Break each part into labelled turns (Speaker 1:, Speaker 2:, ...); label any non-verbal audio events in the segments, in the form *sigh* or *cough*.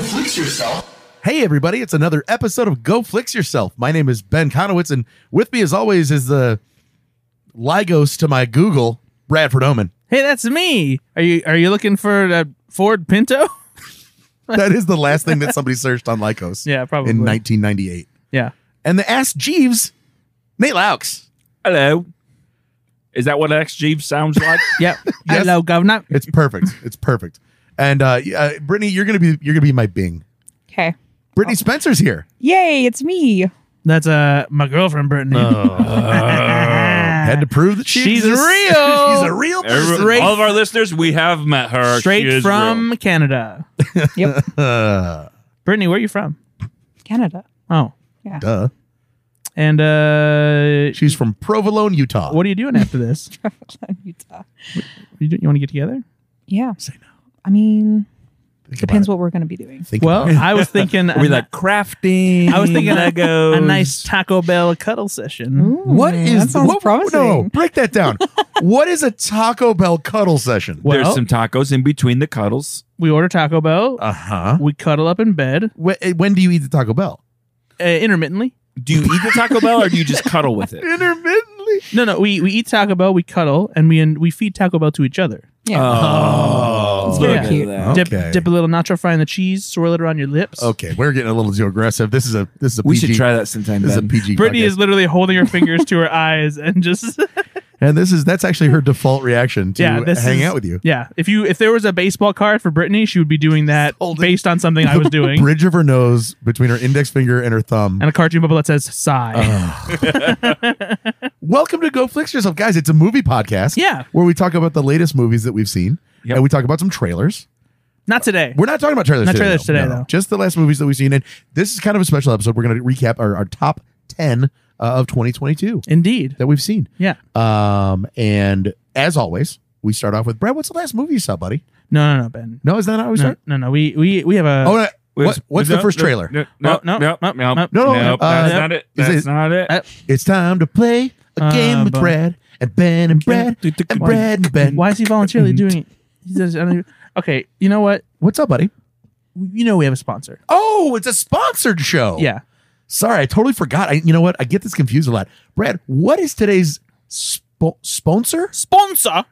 Speaker 1: Fix yourself.
Speaker 2: Hey, everybody, it's another episode of Go Flix Yourself. My name is Ben Conowitz, and with me, as always, is the Ligos to my Google, Bradford Oman.
Speaker 3: Hey, that's me. Are you are you looking for a Ford Pinto? *laughs*
Speaker 2: That is the last thing that somebody searched on Lycos.
Speaker 3: *laughs* Yeah, probably.
Speaker 2: In 1998.
Speaker 3: Yeah.
Speaker 2: And the Ask Jeeves, Nate Laux.
Speaker 4: Hello. Is that what X Jeeves sounds like? *laughs*
Speaker 3: Yep.
Speaker 2: Yes.
Speaker 3: Hello, Governor.
Speaker 2: It's
Speaker 3: *laughs*
Speaker 2: perfect. it's perfect. And uh, y- uh, Brittany, you're gonna be you're gonna be my Bing.
Speaker 5: Okay.
Speaker 2: Brittany Spencer's here.
Speaker 5: Yay, it's me.
Speaker 3: That's uh my girlfriend Brittany.
Speaker 4: Oh,
Speaker 2: Had to prove that she
Speaker 3: She's
Speaker 2: exists.
Speaker 3: real.
Speaker 2: *laughs* she's a real person.
Speaker 4: Every- all of our listeners, we have met her. She
Speaker 3: Straight
Speaker 4: is
Speaker 3: from
Speaker 4: real.
Speaker 3: Canada.
Speaker 5: Yep.
Speaker 2: Uh,
Speaker 3: Brittany, where are you from?
Speaker 5: Canada. *laughs*
Speaker 3: Oh.
Speaker 2: duh.
Speaker 3: And uh
Speaker 2: She's from Provolone, Utah.
Speaker 3: what are you doing after this? *laughs*
Speaker 5: Utah.
Speaker 3: You, do- you want to get together?
Speaker 5: Yeah.
Speaker 2: Say no.
Speaker 5: I mean,
Speaker 2: Think about
Speaker 5: depends
Speaker 2: it.
Speaker 5: what we're going to be doing.
Speaker 2: Think
Speaker 3: Well,
Speaker 2: about it.
Speaker 3: I was thinking
Speaker 4: Are
Speaker 3: a,
Speaker 4: *laughs* we like crafting.
Speaker 3: I was thinking a,
Speaker 4: Legos. Hmm?
Speaker 3: a nice Taco Bell cuddle session.
Speaker 5: Ooh,
Speaker 2: What is
Speaker 5: that sounds
Speaker 2: what-
Speaker 5: promising.
Speaker 2: No, break that down. what is a Taco Bell cuddle session?
Speaker 3: Well-
Speaker 4: There's some tacos in between the cuddles.
Speaker 3: We order Taco Bell.
Speaker 4: Uh-huh.
Speaker 2: Uh huh.
Speaker 3: we cuddle up in bed
Speaker 2: eh, When, do you eat the Taco Bell?
Speaker 3: uh, intermittently.
Speaker 4: Do you eat the Taco Bell or do you just cuddle
Speaker 2: *laughs*
Speaker 4: with it?
Speaker 2: Intermittently.
Speaker 3: No, no, we, we eat Taco Bell, we cuddle, and we and we feed Taco Bell to each other.
Speaker 5: Yeah.
Speaker 4: Oh,
Speaker 2: It's
Speaker 4: look
Speaker 3: very
Speaker 4: at
Speaker 5: cute.
Speaker 4: that.
Speaker 2: Huh?
Speaker 3: Dip,
Speaker 2: Okay.
Speaker 3: dip a little nacho fry in the cheese, swirl it around your lips.
Speaker 2: Okay, we're getting a little too aggressive. This is a this is a
Speaker 4: We
Speaker 2: PG.
Speaker 4: should try that sometime.
Speaker 2: This is a
Speaker 4: Ben.
Speaker 2: PG.
Speaker 3: Brittany
Speaker 2: podcast.
Speaker 3: is literally holding her fingers to her *laughs* eyes and just
Speaker 2: and this is that's actually her default reaction to
Speaker 3: *laughs* yeah, this
Speaker 2: hang
Speaker 3: is-
Speaker 2: out with you.
Speaker 3: Yeah, if you if there was a baseball card for Brittany, she would be doing that
Speaker 2: *laughs* Holding-
Speaker 3: based on
Speaker 2: *laughs*
Speaker 3: something I was doing
Speaker 2: Bridge of her nose between her index finger and her thumb.
Speaker 3: and a cartoon bubble that says sigh.
Speaker 2: Uh-huh. Welcome to Go Flix Yourself, guys. It's a movie podcast.
Speaker 3: Yeah.
Speaker 2: where we talk about the latest movies that we've seen,
Speaker 4: Yep.
Speaker 2: and we talk about some trailers.
Speaker 3: Not today.
Speaker 2: We're not talking about trailers.
Speaker 3: Not
Speaker 2: today,
Speaker 3: trailers
Speaker 2: though.
Speaker 3: today,
Speaker 2: No, no.
Speaker 3: though.
Speaker 2: Just the last movies that we've seen, and this is kind of a special episode. We're going to recap our, our top ten uh, of 2022
Speaker 3: Indeed.
Speaker 2: that we've seen.
Speaker 3: Yeah.
Speaker 2: Um, and as always, we start off with Brad. What's the last movie you saw, buddy?
Speaker 3: No, no, no, Ben.
Speaker 2: No, is that how we
Speaker 3: No, Uh,
Speaker 2: start?
Speaker 3: no, no. We we we have a.
Speaker 2: oh, no. What,
Speaker 4: Where's-
Speaker 2: what's the
Speaker 4: no,
Speaker 2: first
Speaker 4: no,
Speaker 2: trailer?
Speaker 4: No, no, no,
Speaker 3: Nope,
Speaker 4: no,
Speaker 3: nope,
Speaker 4: no,
Speaker 3: nope, nope.
Speaker 2: No, no,
Speaker 4: Nope,
Speaker 2: uh,
Speaker 4: that's
Speaker 2: nope.
Speaker 4: not it.
Speaker 2: Is
Speaker 4: That's
Speaker 2: it-
Speaker 4: not it.
Speaker 3: Uh,
Speaker 2: It's time to play a
Speaker 3: Uh,
Speaker 2: game with
Speaker 3: but-
Speaker 2: Brad and Ben and Brad and
Speaker 3: Why-
Speaker 2: Brad and Ben.
Speaker 3: Why is he
Speaker 2: *laughs*
Speaker 3: voluntarily doing it? He does, I don't even- okay, you know what?
Speaker 2: What's up, buddy?
Speaker 3: You know we have a sponsor.
Speaker 2: Oh, it's a sponsored show.
Speaker 3: Yeah.
Speaker 2: Sorry, I totally forgot. I, you know what? I get this confused a lot. Brad, what is today's spo- sponsor?
Speaker 3: Sponsor.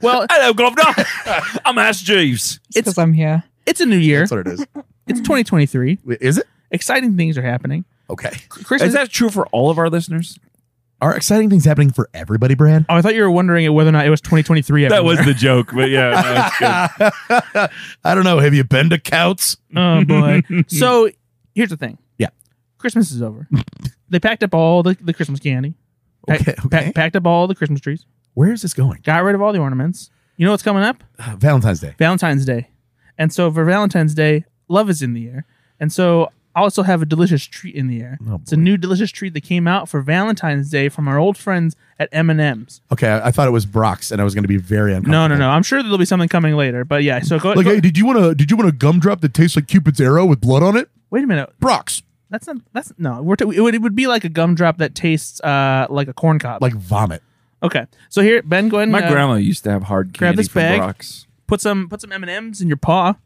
Speaker 3: well,
Speaker 4: Hello, Governor. I'm Ash Jeeves.
Speaker 5: It's because I'm here.
Speaker 3: it's a new year.
Speaker 2: That's what it is.
Speaker 3: It's 2023.
Speaker 2: Is it?
Speaker 3: Exciting things are happening.
Speaker 2: Okay.
Speaker 3: Christmas.
Speaker 4: Is that true for all of our listeners?
Speaker 2: Are exciting things happening for everybody,
Speaker 3: *laughs*
Speaker 2: Brad?
Speaker 3: oh, I thought you were wondering whether or not it was 2023. everywhere.
Speaker 4: the joke, but yeah, no, it's good.
Speaker 2: I don't know. Have you been to Couts?
Speaker 3: *laughs*
Speaker 2: *laughs*
Speaker 3: oh boy. so here's the thing.
Speaker 2: Yeah.
Speaker 3: Christmas is over. they packed up all the, the Christmas candy. Pack-
Speaker 2: Okay,
Speaker 3: pa-
Speaker 2: okay.
Speaker 3: packed up all the Christmas trees.
Speaker 2: Where is this going?
Speaker 3: Got rid of all the ornaments. You know what's coming up?
Speaker 2: Uh, Valentine's Day.
Speaker 3: Valentine's Day. And so for Valentine's Day, love is in the air. And so I also have a delicious treat in the air.
Speaker 2: Oh,
Speaker 3: it's a new delicious treat that came out for Valentine's Day from our old friends at M&M's.
Speaker 2: Okay, I, I thought it was Brock's, and I was going to be very uncomfortable.
Speaker 3: No, no, no. I'm sure there'll be something coming later. But yeah, so go,
Speaker 2: Like,
Speaker 3: go-
Speaker 2: hey, did you want a did you want a gumdrop that tastes like Cupid's arrow with blood on it?
Speaker 3: wait a minute.
Speaker 2: Brock's,
Speaker 3: That's not. That's no. We're t- it, would, it would be like a gumdrop that tastes uh like a corn cob.
Speaker 2: like vomit.
Speaker 3: okay, so here Ben, go ahead and
Speaker 4: My
Speaker 3: uh,
Speaker 4: grandma used to have hard candy
Speaker 3: grab this
Speaker 4: from
Speaker 3: bag.
Speaker 4: Brock's.
Speaker 3: put some put some M and M's in your paw.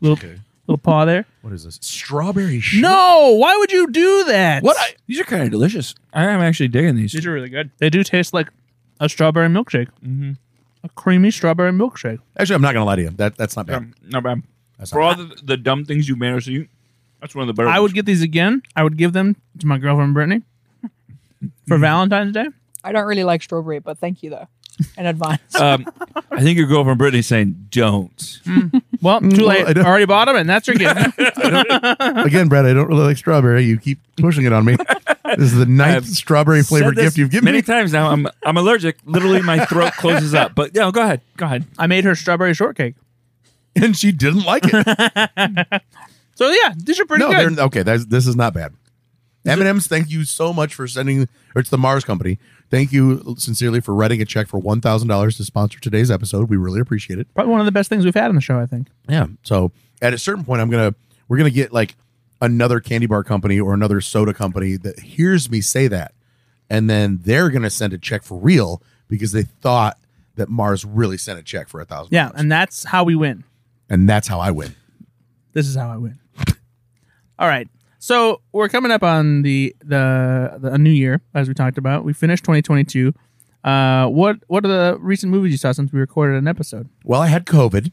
Speaker 3: Little
Speaker 2: Okay.
Speaker 3: little
Speaker 2: *laughs*
Speaker 3: paw there.
Speaker 2: What is this? Strawberry. shit?
Speaker 3: No, why would you do that?
Speaker 2: What? I,
Speaker 4: These are kind of delicious. I am actually digging these.
Speaker 3: These are really good. They do taste like a strawberry milkshake,
Speaker 2: Mm-hmm.
Speaker 4: Mhm.
Speaker 3: a creamy strawberry milkshake.
Speaker 2: actually, I'm not going to lie to you. That that's not bad.
Speaker 4: Um, not bad.
Speaker 2: That's
Speaker 4: For
Speaker 2: not
Speaker 4: all the, the dumb things you managed to eat, that's one of the better.
Speaker 3: I would
Speaker 4: ones.
Speaker 3: get these again. I would give them to my girlfriend Brittany for
Speaker 2: Mm-hmm.
Speaker 3: Valentine's Day.
Speaker 5: I don't really like strawberry, but thank you, though, in advance.
Speaker 4: Um, I think your girlfriend Brittany's saying, "Don't."
Speaker 3: Well, too
Speaker 2: Mm, well,
Speaker 3: late.
Speaker 2: I
Speaker 3: I
Speaker 2: don't-
Speaker 3: already bought them, and that's
Speaker 2: *laughs*
Speaker 3: your gift.
Speaker 2: Again, Brad, I don't really like strawberry. You keep pushing it on
Speaker 4: *laughs*
Speaker 2: me. This is the ninth
Speaker 4: I've
Speaker 2: strawberry flavored
Speaker 4: Said this
Speaker 2: gift you've given
Speaker 4: many
Speaker 2: me.
Speaker 4: times now. I'm I'm allergic. Literally, my throat closes up. But yeah, go ahead. Go ahead.
Speaker 3: I made her strawberry shortcake.
Speaker 2: and she didn't like it.
Speaker 3: So yeah, these are pretty
Speaker 2: no,
Speaker 3: good.
Speaker 2: they're okay. That's, this is not bad. M and M's, thank you so much for sending. Or it's the Mars Company. Thank you sincerely for writing a check for one thousand dollars to sponsor today's episode. We really appreciate it.
Speaker 3: Probably one of the best things we've had on the show, I think.
Speaker 2: Yeah. So at a certain point, I'm gonna we're gonna get like another candy bar company or another soda company that hears me say that, and then they're gonna send a check for real because they thought that Mars really sent a check for a thousand.
Speaker 3: Yeah, and that's how we win.
Speaker 2: and that's how I win.
Speaker 3: This is how I win. *laughs* All right. So we're coming up on the the, the a new year, as we talked about. We finished 2022. Uh, what what are the recent movies you saw since we recorded an episode?
Speaker 2: Well, I had COVID.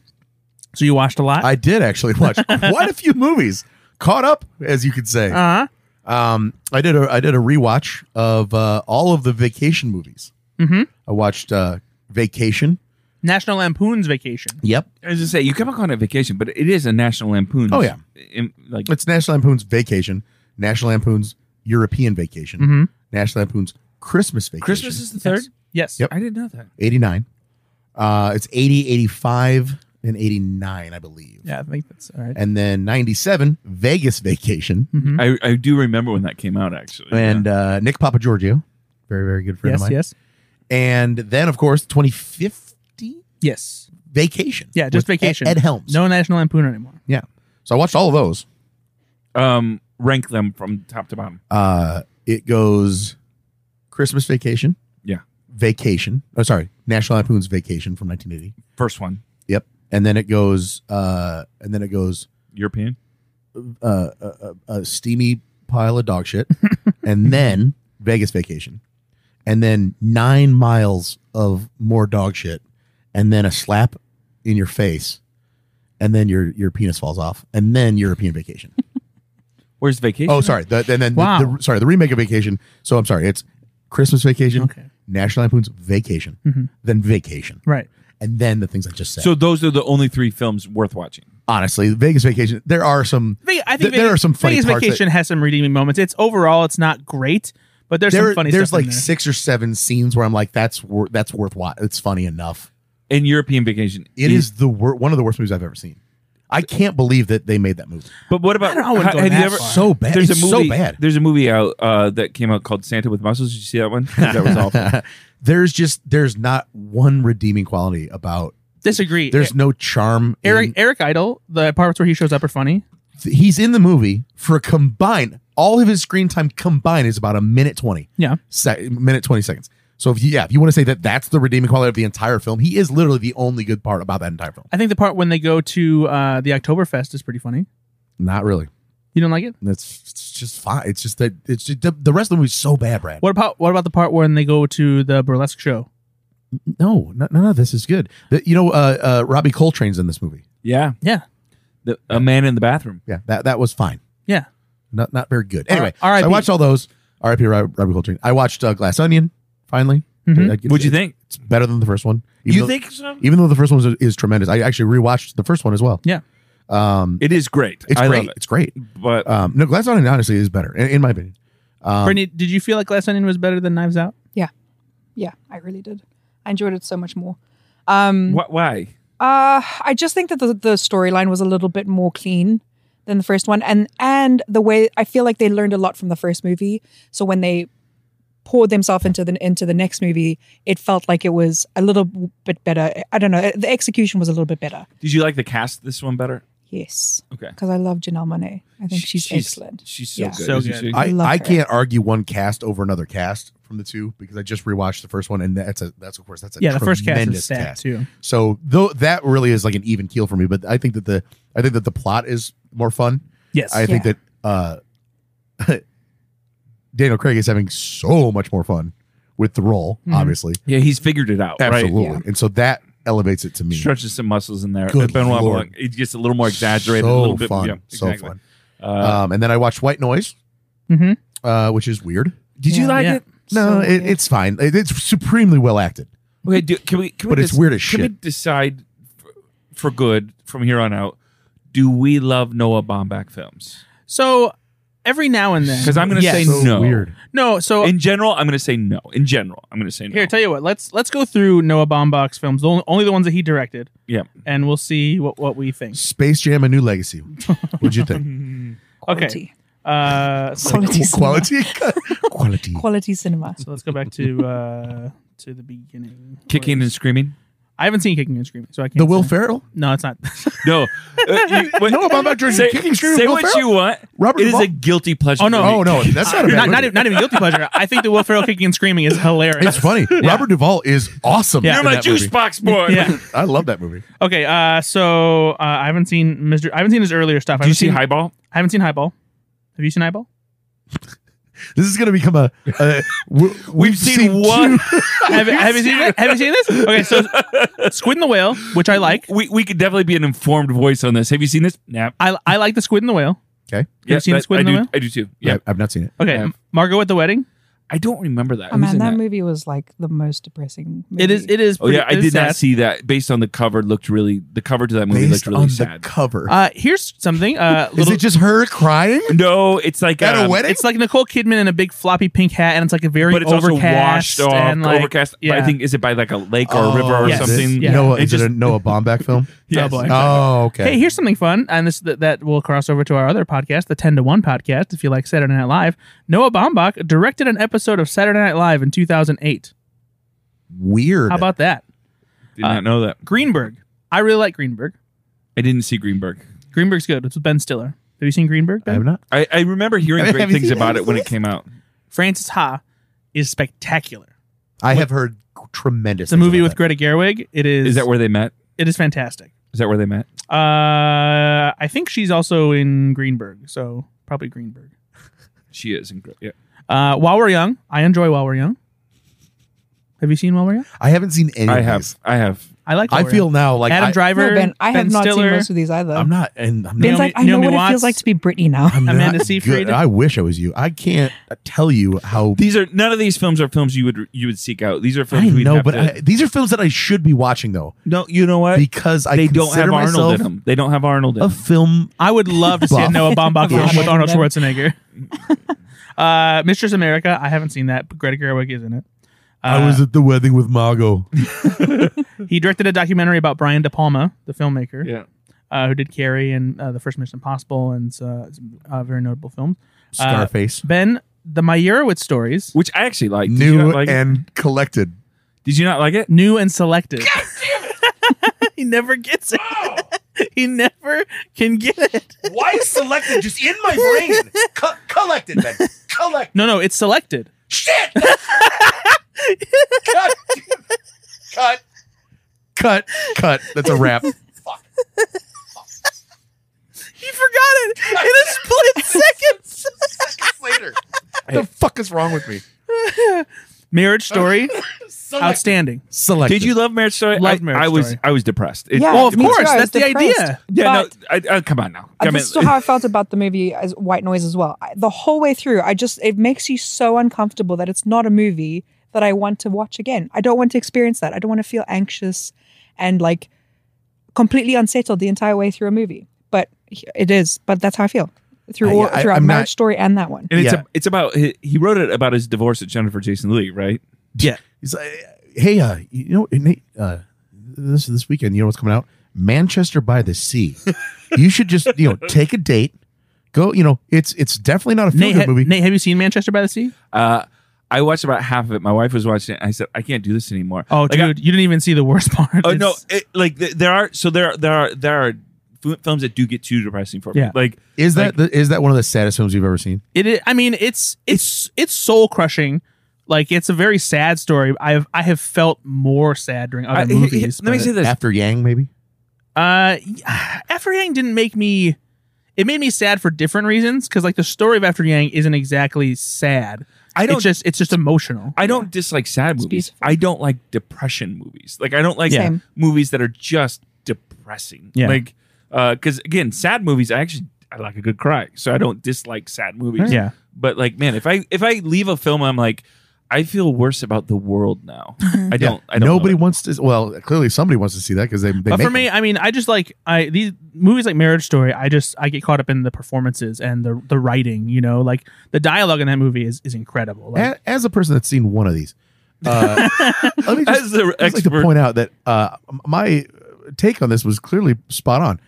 Speaker 3: So you watched a lot.
Speaker 2: I did actually
Speaker 3: *laughs*
Speaker 2: watch quite a few movies. Caught up, as you could say.
Speaker 3: uh huh.
Speaker 2: Um, I did a I did a rewatch of uh, all of the vacation movies.
Speaker 3: Mm-hmm.
Speaker 2: I watched uh, Vacation.
Speaker 3: National Lampoon's Vacation.
Speaker 2: Yep,
Speaker 4: I was just say you come up on a vacation, but it is a National Lampoon.
Speaker 2: Oh, yeah.
Speaker 4: In- like
Speaker 2: it's National Lampoon's Vacation, National Lampoon's European Vacation,
Speaker 3: Mm-hmm.
Speaker 2: National Lampoon's Christmas Vacation.
Speaker 4: Christmas is the third.
Speaker 3: Yes.
Speaker 2: Yep.
Speaker 4: I didn't know that.
Speaker 2: eighty nine. Uh, it's 80, 85, and eighty nine, I believe.
Speaker 3: Yeah, I think that's all right.
Speaker 2: And then ninety seven Vegas Vacation,
Speaker 3: Mm-hmm.
Speaker 4: I, I do remember when that came out actually.
Speaker 2: and uh, Nick Papa Giorgio, very very good friend of
Speaker 3: Yes.
Speaker 2: mine.
Speaker 3: Yes.
Speaker 2: And then of course twenty fifteen
Speaker 3: Yes.
Speaker 2: Vacation.
Speaker 3: Yeah, just
Speaker 2: with Ed-
Speaker 3: Vacation.
Speaker 2: Ed Helms.
Speaker 3: No National Lampoon anymore.
Speaker 2: So I watched all of those.
Speaker 4: yeah. um, rank them from top to bottom.
Speaker 2: Uh, it goes Christmas Vacation.
Speaker 4: Yeah.
Speaker 2: Vacation. Oh, sorry. National Lampoon's Vacation from 1980.
Speaker 4: First one,
Speaker 2: Yep. And then it goes. Uh, and then it goes.
Speaker 4: European.
Speaker 2: Uh, a, a, a steamy pile of dog shit, and then Vegas Vacation, and then nine miles of more dog shit, and then a slap in your face, and then your your penis falls off, and then European Vacation.
Speaker 4: Where's vacation?
Speaker 2: Oh, sorry. The, and then the-
Speaker 3: Wow.
Speaker 2: the, sorry, the remake of Vacation. So I'm sorry. It's Christmas Vacation,
Speaker 3: Okay.
Speaker 2: National Lampoon's Vacation,
Speaker 3: Mhm.
Speaker 2: then Vacation,
Speaker 3: Right.
Speaker 2: and then the things I just said.
Speaker 4: So those are the only three films worth watching.
Speaker 2: honestly, Vegas Vacation. There are some.
Speaker 3: Ve- I
Speaker 2: Th-
Speaker 3: think
Speaker 2: there
Speaker 3: Vegas-
Speaker 2: are some funny
Speaker 3: Vegas
Speaker 2: parts that-
Speaker 3: Vacation has some redeeming moments. It's overall, it's not great, but there's
Speaker 2: There,
Speaker 3: some funny
Speaker 2: there's
Speaker 3: stuff.
Speaker 2: like
Speaker 3: in there.
Speaker 2: six or seven scenes where I'm like, that's wor- that's worth watching. It's funny enough.
Speaker 4: And European vacation.
Speaker 2: It is the wor- one of the worst movies I've ever seen. I can't believe that they made that
Speaker 3: *laughs*
Speaker 2: movie.
Speaker 4: But what about
Speaker 3: I don't know, I wouldn't
Speaker 4: ha-
Speaker 3: go
Speaker 4: have you
Speaker 3: that
Speaker 4: ever?
Speaker 3: far.
Speaker 2: So bad.
Speaker 4: There's
Speaker 2: it's
Speaker 4: a movie.
Speaker 2: so bad.
Speaker 4: There's a movie out uh, that came out called Santa with Muscles. Did you see that one? *laughs* That was awful.
Speaker 2: there's just there's not one redeeming quality about.
Speaker 3: disagree.
Speaker 2: There's no charm. in-
Speaker 3: Eric Eric Idle, the parts where he shows up are funny.
Speaker 2: th- he's in the movie for a combined all of his screen time combined is about a minute 20
Speaker 3: Yeah.
Speaker 2: se- minute 20 seconds so if you, yeah if you want to say that that's the redeeming quality of the entire film he is literally the only good part about that entire film
Speaker 3: I think the part when they go to uh, the Oktoberfest is pretty funny.
Speaker 2: not really
Speaker 3: You don't like it?
Speaker 2: that's it's just fine it's just that it's just, the, the rest of the movie's so bad brad
Speaker 3: What about what about the part when they go to the burlesque show?
Speaker 2: no no none of this is good The- you know uh, uh robbie coltrane's in this movie
Speaker 4: Yeah.
Speaker 3: Yeah.
Speaker 4: The, a man in the bathroom.
Speaker 2: yeah that that was fine
Speaker 3: Yeah.
Speaker 2: not not very good anyway
Speaker 3: R-
Speaker 2: so i
Speaker 3: RIP.
Speaker 2: watched all those rip Rob- robbie coltrane i watched uh, glass onion finally
Speaker 3: Mhm.
Speaker 2: I'd get-
Speaker 4: What'd you think?
Speaker 2: it's better than the first one even though-
Speaker 4: think so?
Speaker 2: even though the first one is, is tremendous. I actually rewatched the first one as well.
Speaker 3: Yeah.
Speaker 2: um,
Speaker 4: It is great.
Speaker 2: it's
Speaker 4: I
Speaker 2: great.
Speaker 4: love it.
Speaker 2: It's great.
Speaker 4: But
Speaker 2: Um, no, Glass Onion honestly is better in, in my opinion. Um,
Speaker 3: Brittany, did you feel like Glass Onion was better than Knives Out?
Speaker 5: *laughs* Yeah, I really did. I enjoyed it so much more. Um,
Speaker 4: wh- why?
Speaker 5: Uh, I just think that the, the storyline was a little bit more clean than the first one, and and the way I feel like they learned a lot from the first movie. So when they poured themselves into the into the next movie, it felt like it was a little bit better. I don't know. The execution was a little bit better.
Speaker 4: Did you like the cast this one better?
Speaker 5: Yes,
Speaker 4: Okay.
Speaker 5: because I love Janelle Monet. I think she's, excellent.
Speaker 4: She's so
Speaker 5: Yeah.
Speaker 4: good.
Speaker 3: So
Speaker 4: isn't
Speaker 3: good.
Speaker 4: she?
Speaker 2: I,
Speaker 5: love
Speaker 2: I
Speaker 5: her.
Speaker 2: can't argue one cast over another cast from the two because I just rewatched the first one and that's a that's of course that's a
Speaker 3: Yeah, the first cast
Speaker 2: tremendous
Speaker 3: is sad too.
Speaker 2: So though that really is like an even keel for me, but I think that the I think that the plot is more fun.
Speaker 3: Yes.
Speaker 2: I think that uh, *laughs* Daniel Craig is having so much more fun with the role,
Speaker 3: Mhm.
Speaker 2: obviously.
Speaker 4: yeah, he's figured it out.
Speaker 2: Absolutely.
Speaker 5: Yeah.
Speaker 2: And so that elevates it to
Speaker 4: Right?
Speaker 2: me.
Speaker 4: Stretches some muscles in there.
Speaker 2: Good
Speaker 4: Benoit
Speaker 2: Lord.
Speaker 4: Blanc. It gets a little more exaggerated.
Speaker 2: So
Speaker 4: a little bit.
Speaker 2: fun.
Speaker 4: Yeah,
Speaker 2: So
Speaker 4: exactly.
Speaker 2: fun.
Speaker 4: Uh,
Speaker 2: Um, and then I watched White Noise,
Speaker 3: hmm
Speaker 2: uh, which is weird.
Speaker 4: did you
Speaker 5: yeah.
Speaker 4: like
Speaker 3: yeah.
Speaker 4: it?
Speaker 2: No,
Speaker 5: So
Speaker 2: it,
Speaker 5: weird.
Speaker 2: it's fine. It- it's supremely well acted,
Speaker 4: Okay, do, can we? Can we
Speaker 2: but it's
Speaker 4: dis-
Speaker 2: weird as
Speaker 4: Can we
Speaker 2: shit.
Speaker 4: decide for, for good from here on out? Do we love Noah Baumbach films?
Speaker 3: So every now and then,
Speaker 4: Because I'm going to
Speaker 3: Yes.
Speaker 4: say
Speaker 2: So
Speaker 4: no.
Speaker 2: weird.
Speaker 3: no. So
Speaker 4: In general, I'm going to say no. In general, I'm going to say no.
Speaker 3: Here, tell you what. Let's let's go through Noah Baumbach's films, the only, only the ones that he directed.
Speaker 4: Yeah.
Speaker 3: and we'll see what what we think.
Speaker 2: Space Jam: A New Legacy. What'd you think?
Speaker 4: *laughs*
Speaker 5: Quality,
Speaker 3: Uh, *laughs* so,
Speaker 5: Quality cinema.
Speaker 2: quality, *laughs* quality.
Speaker 5: quality cinema.
Speaker 3: so let's go back to uh to the beginning.
Speaker 4: Kicking and screaming.
Speaker 3: I haven't seen Kicking and Screaming, so I can't.
Speaker 2: The Will
Speaker 3: say.
Speaker 2: Ferrell?
Speaker 3: no,
Speaker 2: *laughs*
Speaker 3: it's not.
Speaker 4: No, uh, you, what,
Speaker 2: No, Bob Andrews,
Speaker 4: say,
Speaker 2: Kicking Screaming,
Speaker 4: say
Speaker 2: Will
Speaker 4: what
Speaker 2: Ferrell?
Speaker 4: you want.
Speaker 2: Robert
Speaker 4: it is
Speaker 2: Duvall?
Speaker 4: a guilty pleasure.
Speaker 3: Oh, no.
Speaker 4: for me.
Speaker 2: Oh no, that's not a bad
Speaker 3: *laughs* not, not,
Speaker 2: movie.
Speaker 3: even, not even guilty pleasure. I think the Will Ferrell Kicking and Screaming is hilarious.
Speaker 2: It's funny. Robert Duvall is awesome.
Speaker 3: Yeah.
Speaker 2: in
Speaker 4: You're my
Speaker 2: that
Speaker 4: juice
Speaker 2: movie.
Speaker 4: *laughs* box boy.
Speaker 3: yeah.
Speaker 2: I love that movie.
Speaker 3: Okay. Uh, so uh, I haven't seen Mr. I haven't seen his earlier stuff. I
Speaker 4: Do you
Speaker 3: haven't
Speaker 4: see
Speaker 3: seen,
Speaker 4: Highball?
Speaker 3: I haven't seen Highball. Have you seen
Speaker 4: *laughs*
Speaker 3: Highball?
Speaker 2: This is going to become a. a we, we've,
Speaker 4: seen one-
Speaker 2: two-
Speaker 3: have, have you seen it? Have you seen
Speaker 4: *laughs*
Speaker 3: this? Okay, so Squid and the Whale, which I like.
Speaker 4: We we could definitely be an informed voice on this. Have you seen this? Nah.
Speaker 3: I I like the Squid and the Whale.
Speaker 2: okay.
Speaker 3: you seen
Speaker 4: that-
Speaker 3: Squid
Speaker 4: I
Speaker 3: and the
Speaker 4: do.
Speaker 3: Whale?
Speaker 4: I do too.
Speaker 2: Yeah,
Speaker 4: Yeah,
Speaker 2: I've not seen it.
Speaker 3: Okay,
Speaker 4: Yeah.
Speaker 3: Margot at the wedding.
Speaker 4: I don't remember that.
Speaker 5: Oh
Speaker 4: Who's
Speaker 5: man,
Speaker 4: in
Speaker 5: that,
Speaker 4: that?
Speaker 5: movie was like the most depressing. Movie.
Speaker 3: It is. It is.
Speaker 4: Oh yeah, I
Speaker 3: pretty- it
Speaker 4: did
Speaker 3: is
Speaker 4: not
Speaker 3: sad.
Speaker 4: see that. Based on the cover, looked really. The cover to that movie
Speaker 2: Based
Speaker 4: looked really
Speaker 2: on
Speaker 4: sad.
Speaker 2: the cover,
Speaker 3: Uh, here's something. Uh,
Speaker 2: is
Speaker 3: little,
Speaker 2: it just her crying
Speaker 4: no, it's like
Speaker 2: at a
Speaker 4: um,
Speaker 2: wedding?
Speaker 3: it's like Nicole Kidman in a big floppy pink hat, and it's like a very
Speaker 4: but it's
Speaker 3: overcast
Speaker 4: also washed off,
Speaker 3: and like
Speaker 4: overcast. but I
Speaker 3: yeah.
Speaker 4: think is it by like a lake or a river or
Speaker 3: yes.
Speaker 4: something?
Speaker 3: Yeah.
Speaker 2: Noah,
Speaker 4: It
Speaker 2: Oh. is
Speaker 4: just-
Speaker 2: it a Noah Baumbach
Speaker 4: *laughs*
Speaker 2: film?
Speaker 4: Yes.
Speaker 3: Oh, boy.
Speaker 2: Oh, okay.
Speaker 3: Hey, here's something fun, and this that, that will cross over to our other podcast, the Ten to One podcast. If you like Saturday Night Live, Noah Baumbach directed an episode of Saturday Night Live in 2008.
Speaker 2: Weird.
Speaker 3: How about that?
Speaker 4: Did not know that.
Speaker 3: Greenberg. I really like Greenberg.
Speaker 4: I didn't see Greenberg.
Speaker 3: Greenberg's good. It's with Ben Stiller. Have you seen Greenberg?
Speaker 2: I
Speaker 3: Ben?
Speaker 2: have not.
Speaker 4: I, I
Speaker 2: *laughs*
Speaker 4: remember hearing
Speaker 2: Have
Speaker 4: great
Speaker 2: you
Speaker 4: things
Speaker 2: seen-
Speaker 4: about it when it came out.
Speaker 3: Francis Ha is spectacular.
Speaker 2: I have heard tremendous.
Speaker 3: It's a movie with Greta Gerwig. It is.
Speaker 4: Is that where they met?
Speaker 3: it is fantastic.
Speaker 4: Is that where they met?
Speaker 3: Uh, I think she's also in Greenberg, so probably Greenberg.
Speaker 4: She is. In, yeah.
Speaker 3: Uh, While We're Young, I enjoy While We're Young. Have you seen While We're Young?
Speaker 2: I haven't seen any.
Speaker 4: I
Speaker 2: of
Speaker 4: have.
Speaker 2: these.
Speaker 4: I have.
Speaker 3: I like. While
Speaker 2: I
Speaker 3: We're
Speaker 2: feel
Speaker 3: Young.
Speaker 2: now like
Speaker 3: Adam
Speaker 2: I,
Speaker 3: Driver.
Speaker 5: No, Ben, I
Speaker 3: Ben
Speaker 5: have not
Speaker 3: Stiller,
Speaker 5: seen most of these either.
Speaker 2: I'm not, and I'm not.
Speaker 3: Naomi-
Speaker 5: Ben's like, I know
Speaker 3: Naomi
Speaker 5: what it
Speaker 3: Watts.
Speaker 5: feels like to be Britney now.
Speaker 2: I'm
Speaker 3: Amanda
Speaker 2: not
Speaker 3: Seyfried.
Speaker 2: good. I wish I was you. I can't tell you how.
Speaker 4: These are none of these films are films you would you would seek out. These are films
Speaker 2: I
Speaker 4: we'd
Speaker 2: know,
Speaker 4: have
Speaker 2: but
Speaker 4: to,
Speaker 2: I, these are films that I should be watching though,
Speaker 4: no. You know what?
Speaker 2: because I
Speaker 4: they don't have
Speaker 2: consider
Speaker 4: Arnold in
Speaker 2: myself
Speaker 4: them. They don't have Arnold in
Speaker 2: a
Speaker 4: them.
Speaker 2: film.
Speaker 3: I would love to see a
Speaker 2: Buff.
Speaker 3: Noah Baumbach
Speaker 2: *laughs* Yeah.
Speaker 3: film with Arnold
Speaker 5: Ben.
Speaker 3: Schwarzenegger. *laughs* uh, Mistress America. I haven't seen that, but Greta Gerwig is in it. Uh,
Speaker 2: at the wedding with
Speaker 4: *laughs*
Speaker 2: Margot.
Speaker 4: uh,
Speaker 3: He directed a documentary about Brian De Palma, the filmmaker.
Speaker 4: Yeah.
Speaker 3: uh, who did Carrie and uh, the first Mission Impossible and uh, some, uh, very notable films.
Speaker 2: Scarface.
Speaker 3: Ben, the Meyerowitz stories,
Speaker 4: Which I actually liked. Did you
Speaker 2: New
Speaker 4: not like it?
Speaker 2: and collected.
Speaker 4: Did you not like it?
Speaker 3: new and selected. *laughs* he never gets it. *laughs* he never can get it.
Speaker 2: Why is selected just in my brain? collected, Ben. Collect.
Speaker 3: No, no, it's selected.
Speaker 2: Shit! Cut! Cut! Cut! Cut! That's a wrap.
Speaker 4: *laughs*
Speaker 3: He forgot it in a *laughs* split second.
Speaker 2: Seconds later. What the fuck is wrong with me?
Speaker 3: Marriage *laughs* Story, outstanding.
Speaker 2: Selected.
Speaker 4: Did you love Marriage Story?
Speaker 3: Loved
Speaker 4: I,
Speaker 3: Marriage
Speaker 4: I was
Speaker 3: Story.
Speaker 4: I was depressed. It-
Speaker 5: yeah,
Speaker 3: Well, oh, of
Speaker 5: me too,
Speaker 3: course,
Speaker 5: I
Speaker 3: that's
Speaker 5: was
Speaker 3: the
Speaker 5: depressed.
Speaker 3: idea.
Speaker 4: yeah.
Speaker 5: But-
Speaker 4: No, I, I, come on now.
Speaker 5: Uh,
Speaker 4: Come
Speaker 5: This
Speaker 4: in.
Speaker 5: is how I felt about the movie as White Noise as well. I, the whole way through, I just it makes you so uncomfortable that it's not a movie that I want to watch again. I don't want to experience that. I don't want to feel anxious and like completely unsettled the entire way through a movie. But it is. But that's how I feel through
Speaker 2: I-
Speaker 5: all,
Speaker 2: Uh, I-
Speaker 5: throughout
Speaker 2: I'm
Speaker 5: Marriage
Speaker 2: not-
Speaker 5: Story and that one.
Speaker 4: And it's
Speaker 2: Yeah.
Speaker 4: a, it's about he, he wrote it about his divorce with Jennifer Jason Lee, right?
Speaker 3: Yeah.
Speaker 2: He's like, hey, uh, you know, Nate, uh, this this weekend, you know what's coming out? Manchester by the
Speaker 4: *laughs*
Speaker 2: Sea. you should just, you know, take a date. Go, you know, it's it's definitely not a feel
Speaker 3: Nate,
Speaker 2: good
Speaker 3: ha-
Speaker 2: movie.
Speaker 3: Nate, have you seen Manchester by the Sea?
Speaker 4: Uh, I watched about half of it. My wife was watching it. And I said, I can't do this anymore.
Speaker 3: Oh,
Speaker 4: Like,
Speaker 3: dude,
Speaker 4: I-
Speaker 3: you didn't even see the worst *laughs* part.
Speaker 4: Oh no!
Speaker 3: It's-
Speaker 4: It, like th- there are so there are there are there are f- films that do get too depressing for me.
Speaker 3: Yeah.
Speaker 4: Like
Speaker 2: Is that
Speaker 4: Like-
Speaker 2: the, is that one of the saddest films you've ever seen?
Speaker 3: It. Is, I mean, it's it's it's soul crushing. Like it's a very sad story. I've I have felt more sad during other
Speaker 4: I- he- he-
Speaker 3: movies.
Speaker 4: let me
Speaker 3: but-
Speaker 4: say this.
Speaker 2: After Yang, maybe.
Speaker 3: Uh, *sighs* After Yang didn't make me. It made me sad for different reasons because, like, the story of After Yang isn't exactly sad.
Speaker 4: I don't
Speaker 3: It's just it's just emotional.
Speaker 4: I don't dislike sad movies.
Speaker 5: beautiful.
Speaker 4: I don't like depression movies. Like I don't like
Speaker 5: Yeah. Same.
Speaker 4: movies that are just depressing.
Speaker 3: Yeah.
Speaker 4: Like because again, sad movies. I actually I like a good cry, so I don't dislike sad movies.
Speaker 3: Yeah.
Speaker 4: But like, man, if I if I leave a film, I'm like, I feel worse about the world now. I don't. I don't.
Speaker 2: Nobody
Speaker 4: love
Speaker 2: wants to. Well, clearly somebody wants to see that because they. they
Speaker 3: But
Speaker 2: make
Speaker 3: for me, I mean, I just like I these movies like Marriage Story. I just I get caught up in the performances and the the writing. You know, like the dialogue in that movie is is incredible. Like,
Speaker 2: A- as a person that's seen one of these,
Speaker 3: *laughs*
Speaker 2: uh, let me
Speaker 4: it.
Speaker 2: just,
Speaker 4: as the
Speaker 2: I'd like to
Speaker 4: expert.
Speaker 2: point out that uh, my take on this was clearly spot on.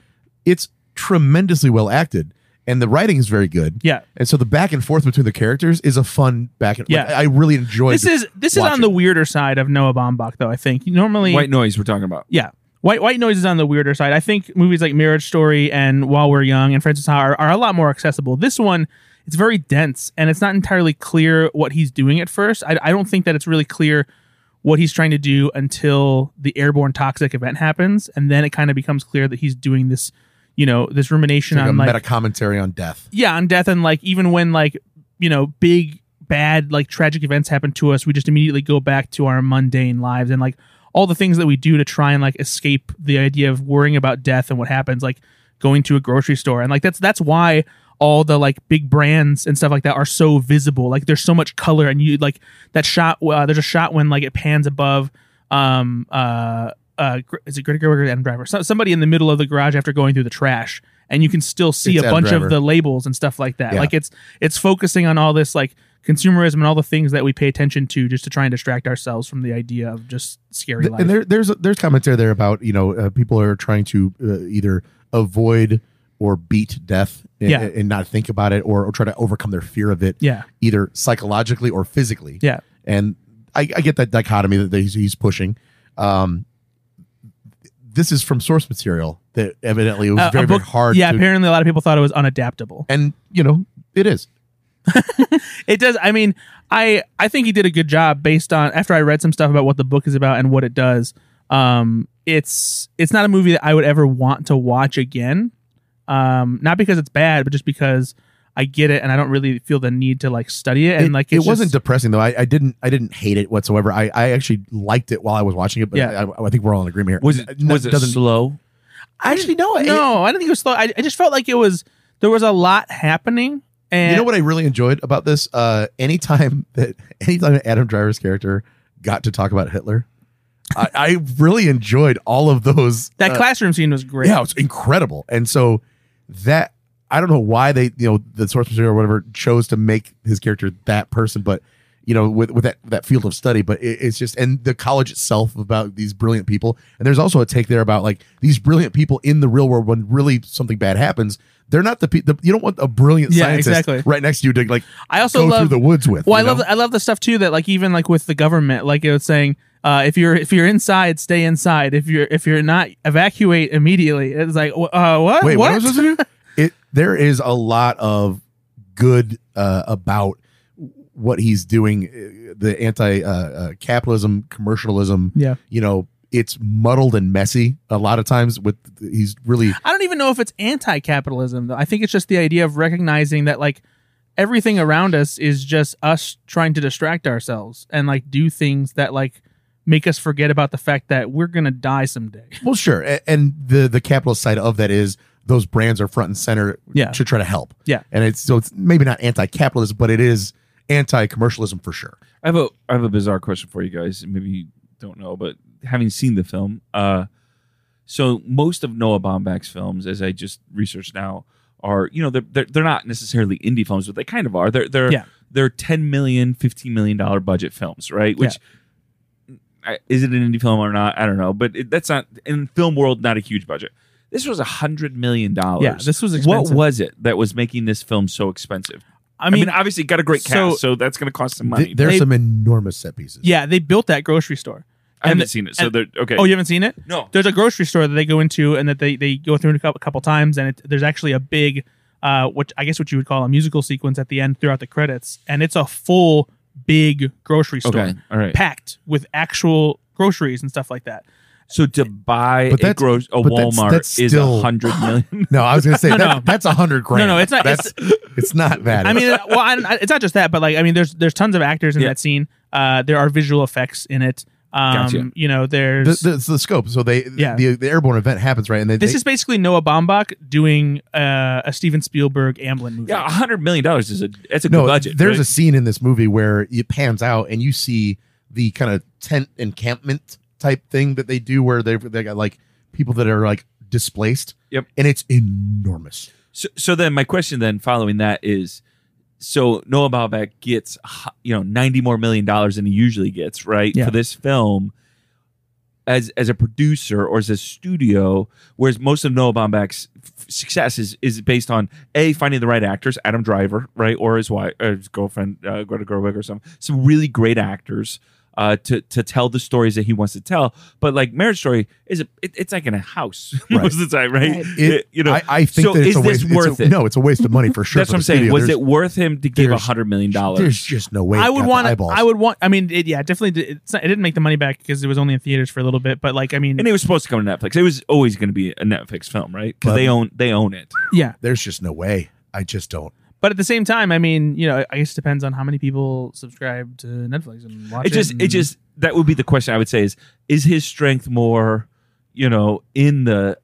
Speaker 2: It's tremendously well acted, and the writing is very good.
Speaker 3: Yeah.
Speaker 2: And so the back and forth between the characters is a fun back and
Speaker 3: Yeah.
Speaker 2: like, I I really enjoyed
Speaker 3: This is this is
Speaker 2: watch
Speaker 3: on
Speaker 2: it.
Speaker 3: the weirder side of Noah Baumbach, though. I think normally
Speaker 4: White noise we're talking about.
Speaker 3: Yeah. White White Noise is on the weirder side. I think movies like Marriage Story and While We're Young and Francis Ha are, are a lot more accessible. This one, it's very dense and it's not entirely clear what he's doing at first. I, I don't think that it's really clear what he's trying to do until the airborne toxic event happens, and then it kind of becomes clear that he's doing this, you know, this
Speaker 2: it's
Speaker 3: rumination
Speaker 2: like a
Speaker 3: on like
Speaker 2: meta commentary on death.
Speaker 3: yeah on death and like even when like you know big bad like tragic events happen to us we just immediately go back to our mundane lives and like all the things that we do to try and like escape the idea of worrying about death and what happens like going to a grocery store and like that's that's why all the like big brands and stuff like that are so visible like there's so much color and you like that shot uh, there's a shot when like it pans above um uh uh, Gr- is it Greta Gerwig or Adam Driver? So, somebody in the middle of the garage after going through the trash, and you can still see
Speaker 2: It's
Speaker 3: a
Speaker 2: Adam
Speaker 3: bunch
Speaker 2: Driver.
Speaker 3: of the labels and stuff like that.
Speaker 2: Yeah.
Speaker 3: Like it's it's focusing on all this like consumerism and all the things that we pay attention to just to try and distract ourselves from the idea of just scary
Speaker 2: Th-
Speaker 3: life.
Speaker 2: And there, there's there's commentary there about you know uh, people are trying to uh, either avoid or beat death and,
Speaker 3: Yeah.
Speaker 2: and not think about it or, or try to overcome their fear of it
Speaker 3: yeah,
Speaker 2: either psychologically or physically.
Speaker 3: yeah,
Speaker 2: and I, I get that dichotomy that he's, he's pushing. Um, this is from source material that evidently it was
Speaker 3: Uh, a
Speaker 2: very,
Speaker 3: book-
Speaker 2: very hard.
Speaker 3: yeah.
Speaker 2: to-
Speaker 3: Apparently, a lot of people thought it was unadaptable.
Speaker 2: and you know it is.
Speaker 3: It does. I mean, I I think he did a good job based on after I read some stuff about what the book is about and what it does. Um, it's it's not a movie that I would ever want to watch again. Um, not because it's bad, but just because I get it and I don't really feel the need to like study it. And
Speaker 2: it,
Speaker 3: like
Speaker 2: it
Speaker 3: it's
Speaker 2: wasn't
Speaker 3: just-
Speaker 2: depressing though. I, I didn't. I didn't hate it whatsoever. I, I actually liked it while I was watching it. But
Speaker 3: Yeah.
Speaker 2: I, I think we're all in agreement here.
Speaker 4: Was it
Speaker 2: No,
Speaker 4: was it
Speaker 2: doesn't-
Speaker 4: slow?
Speaker 2: actually no. it-
Speaker 3: no, I don't think it was slow. I, I just felt like it was there was a lot happening. And
Speaker 2: you know what I really enjoyed about this? Uh, anytime *laughs* that anytime Adam Driver's character got to talk about Hitler, I, I really enjoyed all of those.
Speaker 3: that
Speaker 2: uh,
Speaker 3: classroom scene was great.
Speaker 2: Yeah, it's incredible. And so that I don't know why they, you know, the source material or whatever chose to make his character that person, but you know, with with that that field of study. But it, it's just and the college itself about these brilliant people. And there's also a take there about like these brilliant people in the real world when really something bad happens. They're not the people. You don't want a brilliant
Speaker 3: Yeah,
Speaker 2: scientist
Speaker 3: exactly.
Speaker 2: right next to you to like
Speaker 3: I also
Speaker 2: go
Speaker 3: love
Speaker 2: through the woods with.
Speaker 3: Well, I
Speaker 2: you know?
Speaker 3: love I love the stuff too that like even like with the government, like it was saying, uh, if you're if you're inside, stay inside. If you're if you're not, evacuate immediately. It's like wh- uh, what?
Speaker 2: Wait, what
Speaker 3: what?
Speaker 2: am I supposed to do?
Speaker 3: *laughs*
Speaker 2: It there is a lot of good uh, about what he's doing, uh, the anti uh, uh, capitalism, commercialism.
Speaker 3: Yeah.
Speaker 2: you know, it's muddled and messy a lot of times. With he's really
Speaker 3: I don't even know if it's anti-capitalism though. I think it's just the idea of recognizing that like everything around us is just us trying to distract ourselves and like do things that like make us forget about the fact that we're gonna die someday.
Speaker 2: well, sure, a- and the the capitalist side of that is those brands are front and center
Speaker 3: Yeah.
Speaker 2: to try to help.
Speaker 3: Yeah.
Speaker 2: and it's so it's maybe not anti capitalism, but it is anti commercialism for sure.
Speaker 4: I have a I have a bizarre question for you guys. Maybe you don't know, but having seen the film, uh, so most of Noah Baumbach's films, as I just researched now, are you know they're they're, they're not necessarily indie films, but they kind of are. They're they're
Speaker 3: Yeah.
Speaker 4: they're ten million, fifteen million dollar budget films, right? Which I, is it an indie film or not? I don't know, but it, that's not in film world not a huge budget. This was a hundred million dollars.
Speaker 3: Yeah, this was
Speaker 4: what
Speaker 3: expensive.
Speaker 4: was it that was making this film so expensive?
Speaker 3: I mean,
Speaker 4: obviously, it got a great
Speaker 3: so-
Speaker 4: cast, so, that's going to cost some money.
Speaker 2: Th- there's
Speaker 3: They-
Speaker 2: some enormous set pieces.
Speaker 3: yeah, they built that grocery store.
Speaker 4: I
Speaker 3: and
Speaker 4: haven't
Speaker 3: the-
Speaker 4: seen it, so
Speaker 3: and-
Speaker 4: they're okay.
Speaker 3: Oh, you haven't seen it?
Speaker 4: no,
Speaker 3: there's a grocery store that they go into and that they, they go through a couple, a couple times and it, there's actually a big uh what i guess what you would call a musical sequence at the end throughout the credits and it's a full big grocery store
Speaker 4: Okay, all right.
Speaker 3: packed with actual groceries and stuff like that
Speaker 4: So to buy
Speaker 2: But
Speaker 4: a
Speaker 2: that's-
Speaker 4: gross a
Speaker 2: but that's-
Speaker 4: Walmart
Speaker 2: that's
Speaker 4: is
Speaker 2: still-
Speaker 4: a hundred million.
Speaker 2: No, I was gonna say
Speaker 3: *laughs* No,
Speaker 2: that,
Speaker 3: no.
Speaker 2: that's a hundred grand.
Speaker 3: no, it's not-
Speaker 2: That's, it's, not that.
Speaker 3: i
Speaker 4: *laughs*
Speaker 3: mean well I, I- it's not just that but like i mean there's there's tons of actors in
Speaker 4: Yeah.
Speaker 3: that scene uh there are visual effects in it um
Speaker 4: Gotcha.
Speaker 3: you know
Speaker 2: the,
Speaker 3: there's
Speaker 2: the, it's the scope. So they
Speaker 3: Yeah.
Speaker 2: the, the airborne event happens right, and they,
Speaker 3: this
Speaker 2: they-
Speaker 3: is basically noah baumbach doing uh, a steven spielberg amblin movie
Speaker 4: *laughs* yeah, a hundred million dollars is a that's a
Speaker 2: no
Speaker 4: good budget.
Speaker 2: There's a
Speaker 4: right?
Speaker 2: scene in this movie where it pans out and you see the kind of tent encampment type thing that they do where they they got like people that are like displaced.
Speaker 4: Yep.
Speaker 2: and it's enormous.
Speaker 4: so, so then my question then following that is, so Noah Baumbach gets hu- you know ninety more million dollars than he usually gets right
Speaker 3: Yeah.
Speaker 4: for this film. as as a producer or as a studio. Whereas most of Noah Baumbach's f- success is is based on a finding the right actors, Adam Driver, right, or his wife, or his girlfriend uh, Greta Gerwig, or some some really great actors. Uh, to to tell the stories that he wants to tell, but like Marriage Story is a, it, it's like in a house *laughs*
Speaker 2: Right.
Speaker 4: most of the time, right?
Speaker 5: Right.
Speaker 2: It-
Speaker 4: you know,
Speaker 2: I, I think
Speaker 4: so
Speaker 2: that it's
Speaker 4: is
Speaker 2: a
Speaker 4: this
Speaker 2: waste. it's
Speaker 4: worth
Speaker 2: a-
Speaker 4: it?
Speaker 2: No, it's a waste of money for sure.
Speaker 4: that's
Speaker 2: for
Speaker 4: what I'm
Speaker 2: the
Speaker 4: saying.
Speaker 2: studio.
Speaker 4: Was
Speaker 2: There's-
Speaker 4: it worth him to give a
Speaker 2: there's-
Speaker 4: hundred million
Speaker 2: There's
Speaker 4: dollars?
Speaker 2: just no way.
Speaker 3: I
Speaker 2: it
Speaker 3: would
Speaker 2: got the
Speaker 3: want.
Speaker 2: eyeballs.
Speaker 3: I would want. I mean, it, yeah, definitely. did- It's not, it didn't make the money back because it was only in theaters for a little bit. But like, I mean,
Speaker 4: And it was supposed to come to Netflix. It was always going to be a Netflix film, right?
Speaker 2: But-
Speaker 4: Because they own they own it.
Speaker 3: yeah.
Speaker 2: There's just no way. I just don't.
Speaker 3: But at the same time, I mean, you know, I guess it depends on how many people subscribe to Netflix and watch it.
Speaker 4: It just
Speaker 3: and-
Speaker 4: it just that would be the question I would say is is his strength more, you know, in the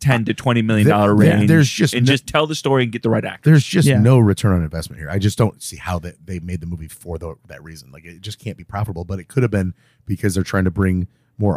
Speaker 4: ten to twenty million
Speaker 2: There-
Speaker 4: dollar
Speaker 2: there-
Speaker 4: range?
Speaker 2: there's just
Speaker 4: and
Speaker 2: no-
Speaker 4: just tell the story and get the right actor.
Speaker 2: There's just
Speaker 3: Yeah.
Speaker 2: no return on investment here. I just don't see how that they made the movie for tho- that reason. Like it just can't be profitable. But it could have been because they're trying to bring more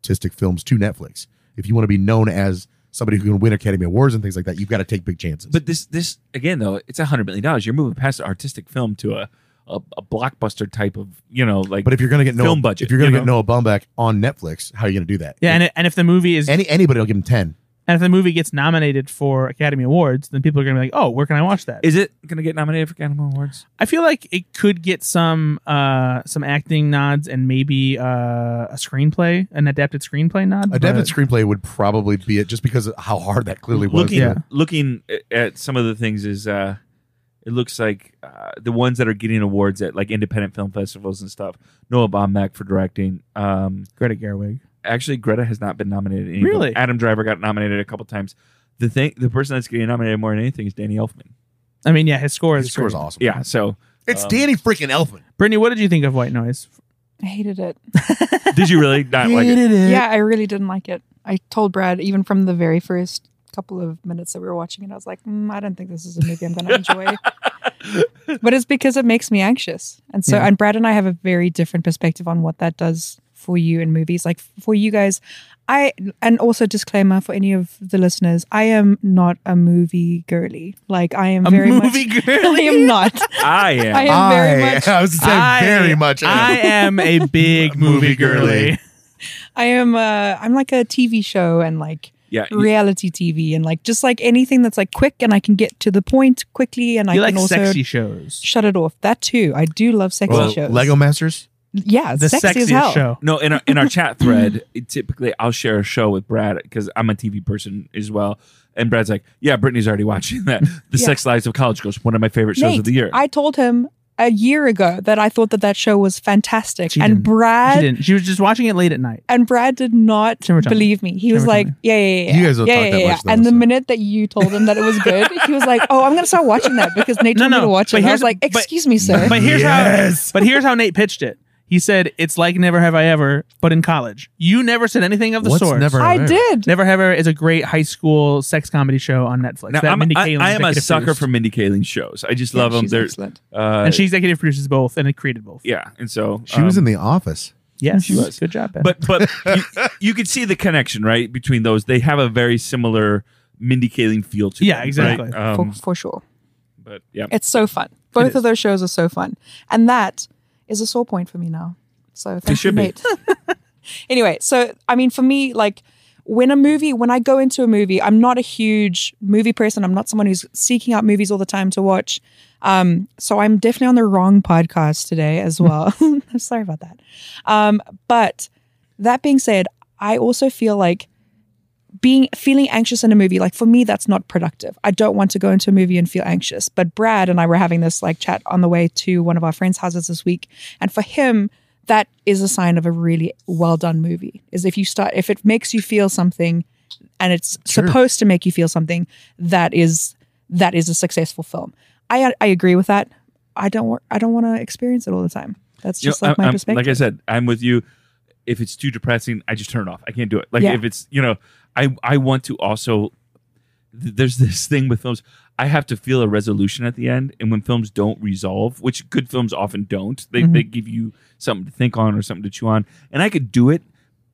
Speaker 2: artistic films to Netflix. If you want to be known as somebody who can win Academy Awards and things like that, you've got to take big chances.
Speaker 4: But this this again though, it's a hundred million dollars. You're moving past the artistic film to a, a a blockbuster type of you know like.
Speaker 2: But if you're going to get Noah,
Speaker 4: Film budget,
Speaker 2: if you're going to
Speaker 4: you
Speaker 2: get Noah Baumbach on Netflix, how are you going to do that?
Speaker 3: yeah. And, it- and if the movie is
Speaker 2: any anybody will give him ten.
Speaker 3: and if the movie gets nominated for Academy Awards, then people are gonna be like, oh, where can I watch that?
Speaker 4: is it going to get nominated for Academy Awards?
Speaker 3: I feel like it could get some uh some acting nods and maybe uh a screenplay, an adapted screenplay nod.
Speaker 2: Adapted
Speaker 3: but-
Speaker 2: screenplay would probably be it, just because of how hard that clearly was.
Speaker 4: looking
Speaker 3: yeah.
Speaker 4: looking a- at some of the things is uh it looks like uh, the ones that are getting awards at like independent film festivals and stuff. Noah Baumbach for directing. Um,
Speaker 3: Greta Gerwig.
Speaker 4: actually, Greta has not been nominated. Any, but
Speaker 3: Really?
Speaker 4: Adam Driver got nominated a couple times. The thing, the person that's getting nominated more than anything is Danny Elfman.
Speaker 3: I mean, yeah, his score is
Speaker 2: His score's
Speaker 3: great.
Speaker 2: awesome.
Speaker 4: Yeah, so
Speaker 2: it's
Speaker 4: Um,
Speaker 2: Danny freaking Elfman.
Speaker 3: Brittany, what did you think of White Noise?
Speaker 5: I hated it.
Speaker 2: *laughs*
Speaker 4: did you
Speaker 3: *laughs*
Speaker 4: really not like it?
Speaker 5: Yeah, I really didn't like it. I told Brad even from the very first couple of minutes that we were watching it, I was like, mm, I don't think this is a movie I'm going
Speaker 3: *laughs*
Speaker 5: to enjoy. but it's because it makes me anxious, and so
Speaker 3: Yeah.
Speaker 5: and Brad and I have a very different perspective on what that does for you in movies. Like for you guys, I and also disclaimer for any of the listeners, I am not a movie girly. Like I am
Speaker 3: A
Speaker 5: very
Speaker 3: movie
Speaker 5: much,
Speaker 3: girly?
Speaker 5: I am not.
Speaker 4: I
Speaker 3: *laughs*
Speaker 4: am.
Speaker 5: *laughs* I am very
Speaker 2: *laughs*
Speaker 5: much.
Speaker 2: I was saying
Speaker 3: I-
Speaker 2: very much.
Speaker 3: I am a big
Speaker 2: Movie
Speaker 3: movie girly.
Speaker 2: girly.
Speaker 5: I am. Uh, I'm like a TV show and like
Speaker 4: yeah, you-
Speaker 5: reality TV and like just like anything that's like quick and I can get to the point quickly and I
Speaker 3: You
Speaker 5: can
Speaker 3: like
Speaker 5: also
Speaker 3: sexy shows.
Speaker 5: shut it off. That too. I do love sexy
Speaker 4: Well,
Speaker 5: shows.
Speaker 2: Lego Masters.
Speaker 5: Yeah,
Speaker 3: The
Speaker 5: sexy as
Speaker 3: sexiest
Speaker 5: hell.
Speaker 3: show.
Speaker 4: No, in our, in our
Speaker 5: *clears throat*
Speaker 4: chat thread, it typically I'll share a show with Brad because I'm a TV person as well. And Brad's like, "Yeah, Brittany's already watching that. The
Speaker 5: Yeah.
Speaker 4: Sex Lives of College Girls, one of my favorite shows
Speaker 5: Nate,
Speaker 4: of the year."
Speaker 5: I told him a year ago that I thought that that show was fantastic
Speaker 3: She
Speaker 5: and
Speaker 3: didn't. She
Speaker 5: Brad
Speaker 3: didn't. She was just watching it late at night.
Speaker 5: and Brad did not
Speaker 3: She never told me.
Speaker 5: believe me. He
Speaker 3: She
Speaker 5: was
Speaker 3: never told
Speaker 5: like, yeah, yeah, yeah, yeah.
Speaker 2: You guys don't
Speaker 5: yeah,
Speaker 2: talk
Speaker 5: yeah,
Speaker 2: that
Speaker 5: yeah.
Speaker 2: much, though,
Speaker 5: and the
Speaker 2: so.
Speaker 5: minute that you told him that it was good, he was like, "Oh, I'm gonna start watching that because Nate
Speaker 3: No,
Speaker 5: told
Speaker 3: no,
Speaker 5: me to watch
Speaker 3: but
Speaker 5: it." And I
Speaker 3: here's-
Speaker 5: was like,
Speaker 3: but-
Speaker 5: "Excuse me, sir."
Speaker 3: But here's
Speaker 2: Yes.
Speaker 3: how. But here's how Nate pitched it. He said, "It's like Never Have I Ever, but in college." You never said anything of the
Speaker 2: What's
Speaker 3: sort.
Speaker 2: Never Have I
Speaker 5: I
Speaker 2: Ever?
Speaker 5: did.
Speaker 3: Never Have I Ever is a great high school sex comedy show on Netflix.
Speaker 4: now,
Speaker 3: that
Speaker 4: I'm,
Speaker 3: Mindy
Speaker 4: I,
Speaker 3: Kaling
Speaker 4: I am a
Speaker 3: executive
Speaker 4: sucker
Speaker 3: produced.
Speaker 4: for Mindy Kaling's shows. I just love them.
Speaker 5: She's
Speaker 4: They're
Speaker 5: excellent.
Speaker 4: uh,
Speaker 3: and she executive produces both, and it created both.
Speaker 4: yeah, and so
Speaker 2: She was
Speaker 4: um,
Speaker 2: in The Office.
Speaker 3: yes,
Speaker 4: She was.
Speaker 3: Good job, Ben.
Speaker 4: But but you, you could see the connection right between those. They have a very similar Mindy Kaling feel to
Speaker 3: Yeah,
Speaker 4: them, right?
Speaker 3: exactly.
Speaker 4: Um,
Speaker 5: for, for sure.
Speaker 4: but yeah,
Speaker 5: It's so fun.
Speaker 3: is.
Speaker 5: Both of those shows are so fun. And that is a sore point for me now. So thank you,
Speaker 4: should be.
Speaker 5: Nate. *laughs* anyway, so I mean, for me, like when a movie, when I go into a movie, I'm not a huge movie person. I'm not someone who's seeking out movies all the time to watch. Um, so I'm definitely on the wrong podcast
Speaker 4: *laughs*
Speaker 5: today as well. *laughs* I'm sorry about that. Um, but that being said, I also feel like being feeling anxious in a movie, like for me, that's not productive. I don't want to go into a movie and feel anxious. But Brad and I were having this like chat on the way to one of our friends' houses this week, and for him, that is a sign of a really well done movie. Is if you start if it makes you feel something, and it's
Speaker 2: Sure.
Speaker 5: supposed to make you feel something, that is that is a successful film. I I agree with that. I don't wa- I don't want to experience it all the time. That's
Speaker 4: You
Speaker 5: just
Speaker 4: know,
Speaker 5: like my
Speaker 4: I'm- I'm-
Speaker 5: perspective.
Speaker 4: Like I said, I'm with you. If it's too depressing, I just turn it off. I can't do it. Like
Speaker 5: Yeah.
Speaker 4: if it's you know, I I want to also. th- There's this thing with films. I have to feel a resolution at the end, and when films don't resolve, which good films often don't, they
Speaker 5: Mm-hmm.
Speaker 4: they give you something to think on or something to chew on. And I could do it.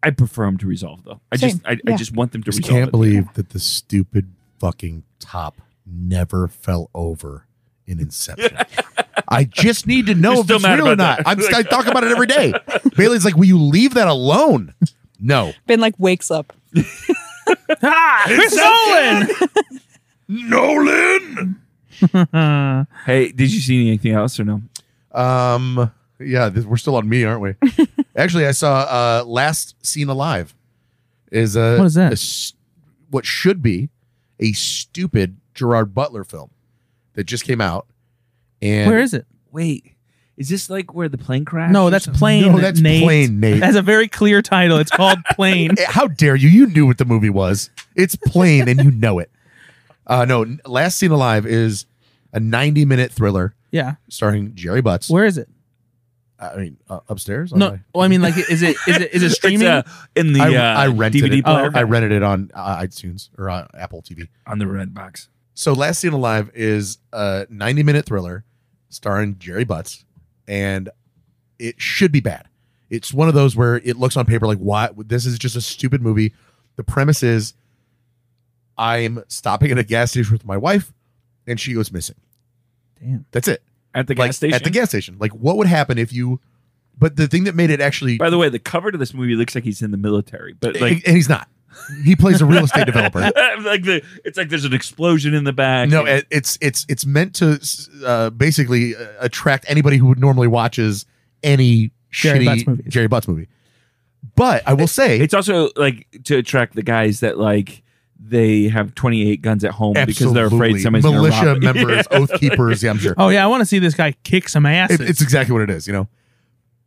Speaker 4: I prefer them to resolve though. I just
Speaker 5: Same.
Speaker 4: I, I
Speaker 5: Yeah.
Speaker 4: just want them to
Speaker 2: Just
Speaker 4: resolve.
Speaker 2: can't
Speaker 4: it.
Speaker 2: believe that the stupid fucking top never fell over in
Speaker 4: *laughs*
Speaker 2: Inception. I just need to know
Speaker 4: You're
Speaker 2: if
Speaker 4: still
Speaker 2: it's
Speaker 4: mad
Speaker 2: real or
Speaker 4: *laughs* about
Speaker 2: not.
Speaker 4: that.
Speaker 2: I'm, I talk about it every day. Bailey's like, "Will you leave that alone?" No.
Speaker 5: Ben like wakes up.
Speaker 3: *laughs* ah, Chris Nolan.
Speaker 4: *laughs*
Speaker 2: Nolan.
Speaker 4: Hey, did you see anything else or no?
Speaker 2: Um. Yeah, this, we're still on me, aren't we? Actually, I saw uh, last seen alive is a
Speaker 3: What is
Speaker 2: a
Speaker 3: that?
Speaker 2: s- what should be a stupid Gerard Butler film that just came out. And
Speaker 3: *laughs* Where is it?
Speaker 4: Wait, is this like where the plane crashed?
Speaker 3: No, that's plane.
Speaker 2: No, that's
Speaker 3: Nate.
Speaker 2: Plane, Nate.
Speaker 3: That's a very clear title. It's *laughs* called Plane.
Speaker 2: *laughs* Eh, How dare you? You knew what the movie was. It's plain and you know it. Uh, no, N- Last Seen Alive is a 90 minute thriller
Speaker 3: yeah.
Speaker 2: starring Jerry Butts.
Speaker 3: Where is it?
Speaker 2: I mean, uh, upstairs?
Speaker 3: No.
Speaker 2: I,
Speaker 3: Well, I mean, like, is it *laughs* is it is it streaming?
Speaker 4: It's, uh, in the
Speaker 2: I,
Speaker 4: uh,
Speaker 2: I rented
Speaker 4: DVD
Speaker 2: it. Oh,
Speaker 4: player
Speaker 2: I rented it on uh, iTunes or on Apple TV.
Speaker 4: on the red box.
Speaker 2: So Last Seen Alive is a 90 minute thriller starring Jerry Butts, and it should be bad. It's one of those where it looks on paper like, why? This is just a stupid movie. The premise is I'm stopping at a gas station with my wife, and she goes missing.
Speaker 3: Damn.
Speaker 2: That's it.
Speaker 4: At the
Speaker 2: like,
Speaker 4: gas station.
Speaker 2: At the gas station. Like, what would happen if you. But the thing that made it actually.
Speaker 4: By the way, the cover to this movie looks like he's in the military,
Speaker 2: *laughs*
Speaker 4: but like,
Speaker 2: and he's not. He plays a real estate
Speaker 4: *laughs*
Speaker 2: developer.
Speaker 4: like the it's like there's an explosion in the back.
Speaker 2: No, it, it's it's it's meant to uh, basically uh, attract anybody who would normally watches any
Speaker 3: Jerry
Speaker 2: shitty
Speaker 3: Butts movies.
Speaker 2: Jerry Butts movie. But I will say,
Speaker 4: It's also like to attract the guys that like they have 28 guns at home because they're afraid
Speaker 2: absolutely.
Speaker 4: somebody's gonna
Speaker 2: militia
Speaker 4: *laughs* rob them.
Speaker 2: members, oath keepers. Yeah, I'm sure.
Speaker 3: Oh yeah, I want to see this guy kick some ass.
Speaker 2: It- it's exactly what it is. You know,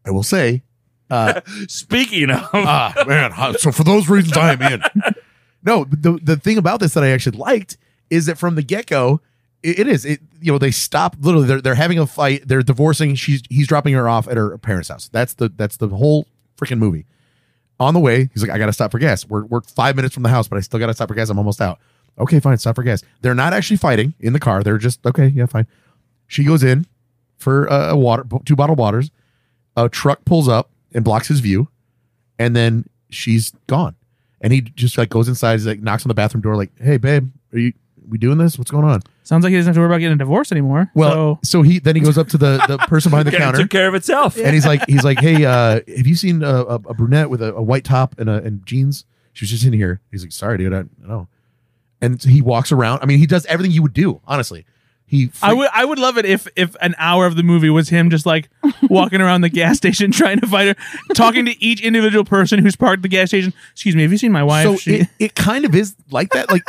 Speaker 2: I will say. Uh,
Speaker 4: Speaking of,
Speaker 2: *laughs* ah man, huh, so for those reasons, I am in. *laughs* No, the the thing about this that I actually liked is that from the get go, it, it is it you know they stop literally they're they're having a fight they're divorcing she's he's dropping her off at her parents' house that's the that's the whole freaking movie. On the way, he's like, I gotta stop for gas. We're we're five minutes from the house, but I still gotta stop for gas. I'm almost out. Okay, fine, stop for gas. They're not actually fighting in the car. They're just okay, yeah, fine. She goes in for uh, a water, two bottled waters. A truck pulls up and blocks his view and then she's gone. And he just like goes inside, he's like knocks on the bathroom door, like, "Hey, babe, are you we doing this? What's going on?"
Speaker 3: Sounds like he doesn't have to worry about getting a divorce anymore.
Speaker 2: Well,
Speaker 3: so,
Speaker 2: so, he then he goes up to the the person behind the
Speaker 3: *laughs*
Speaker 4: it
Speaker 2: counter,
Speaker 4: took care of itself.
Speaker 2: and he's like, he's like, "Hey, uh, have you seen a, a, a brunette with a, a white top and a, and jeans? She was just in here." He's like, "Sorry, dude, I don't know." And so he walks around. I mean, he does everything you would do, honestly. He
Speaker 3: I would I would love it if if an hour of the movie was him just *laughs* like walking around the gas station *laughs* trying to find her, talking to each individual person who's parked at the gas station. Excuse me, have you seen my wife?
Speaker 2: so
Speaker 3: She-
Speaker 2: it, it kind of is like that. Like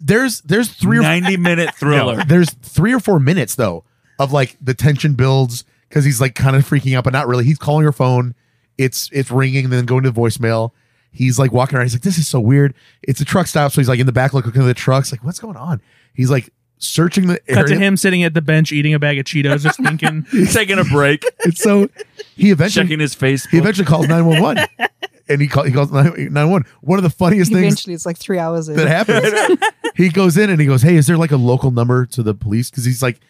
Speaker 2: there's there's three or
Speaker 4: 90 minute
Speaker 2: *laughs*
Speaker 4: thriller.
Speaker 2: No, there's three or four minutes though of like the tension builds because he's like kind of freaking out, but not really. He's calling her phone. It's it's ringing, then going to the voicemail. He's like walking around. He's like, "This is so weird." It's a truck stop, so he's like in the back looking at the trucks. Like, what's going on? He's like searching the
Speaker 3: Cut to
Speaker 2: area.
Speaker 3: him sitting at the bench eating a bag of Cheetos, just thinking.
Speaker 2: *laughs*
Speaker 4: He's taking a break,
Speaker 2: And so he eventually
Speaker 4: checking his face.
Speaker 2: he eventually calls nine one one, and he call, he calls nine one. One of the funniest things
Speaker 5: Eventually, it's like three hours in.
Speaker 2: that happens. he goes in and he goes, "Hey, is there like a local number to the police?" Because he's like,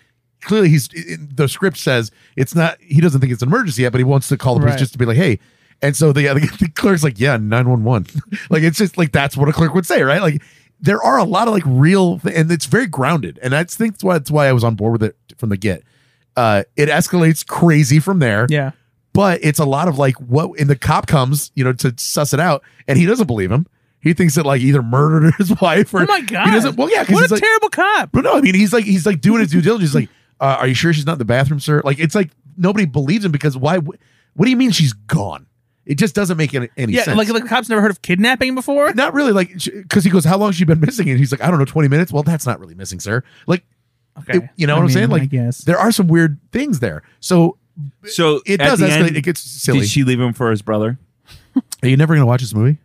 Speaker 2: clearly he's in, the script says it's not. He doesn't think it's an emergency yet, but he wants to call the police
Speaker 3: Right.
Speaker 2: just to be like, "Hey." And so the, the *laughs* the clerk's like, "Yeah, nine one one. *laughs* Like it's just like that's what a clerk would say, right? Like there are a lot of like real, thi- and it's very grounded, and I think that's why that's why I was on board with it from the get. Uh, it escalates crazy from there
Speaker 3: Yeah.
Speaker 2: but it's a lot of like what and the cop comes you know to suss it out and he doesn't believe him he thinks that like either murdered *laughs* his wife or
Speaker 3: Oh my god.
Speaker 2: he doesn't well yeah because
Speaker 3: what
Speaker 2: he's
Speaker 3: a
Speaker 2: like
Speaker 3: terrible cop.
Speaker 2: but no i mean he's like he's like doing his due diligence He's like uh, are you sure she's not in the bathroom sir like it's like nobody believes him because why w- what do you mean she's gone it just doesn't make any, any
Speaker 3: Yeah,
Speaker 2: sense
Speaker 3: like, like the cops never heard of kidnapping before.
Speaker 2: not really like because he goes how long has she been missing and he's like i don't know 20 minutes well that's not really missing sir like
Speaker 3: Okay.
Speaker 2: it- you know what I'm saying? Like,
Speaker 3: I guess.
Speaker 2: there are some weird things there so
Speaker 4: So
Speaker 2: it
Speaker 4: at
Speaker 2: does
Speaker 4: the
Speaker 2: escalate
Speaker 4: end,
Speaker 2: it gets silly
Speaker 4: Did she leave him for his brother?
Speaker 2: are you never gonna watch this movie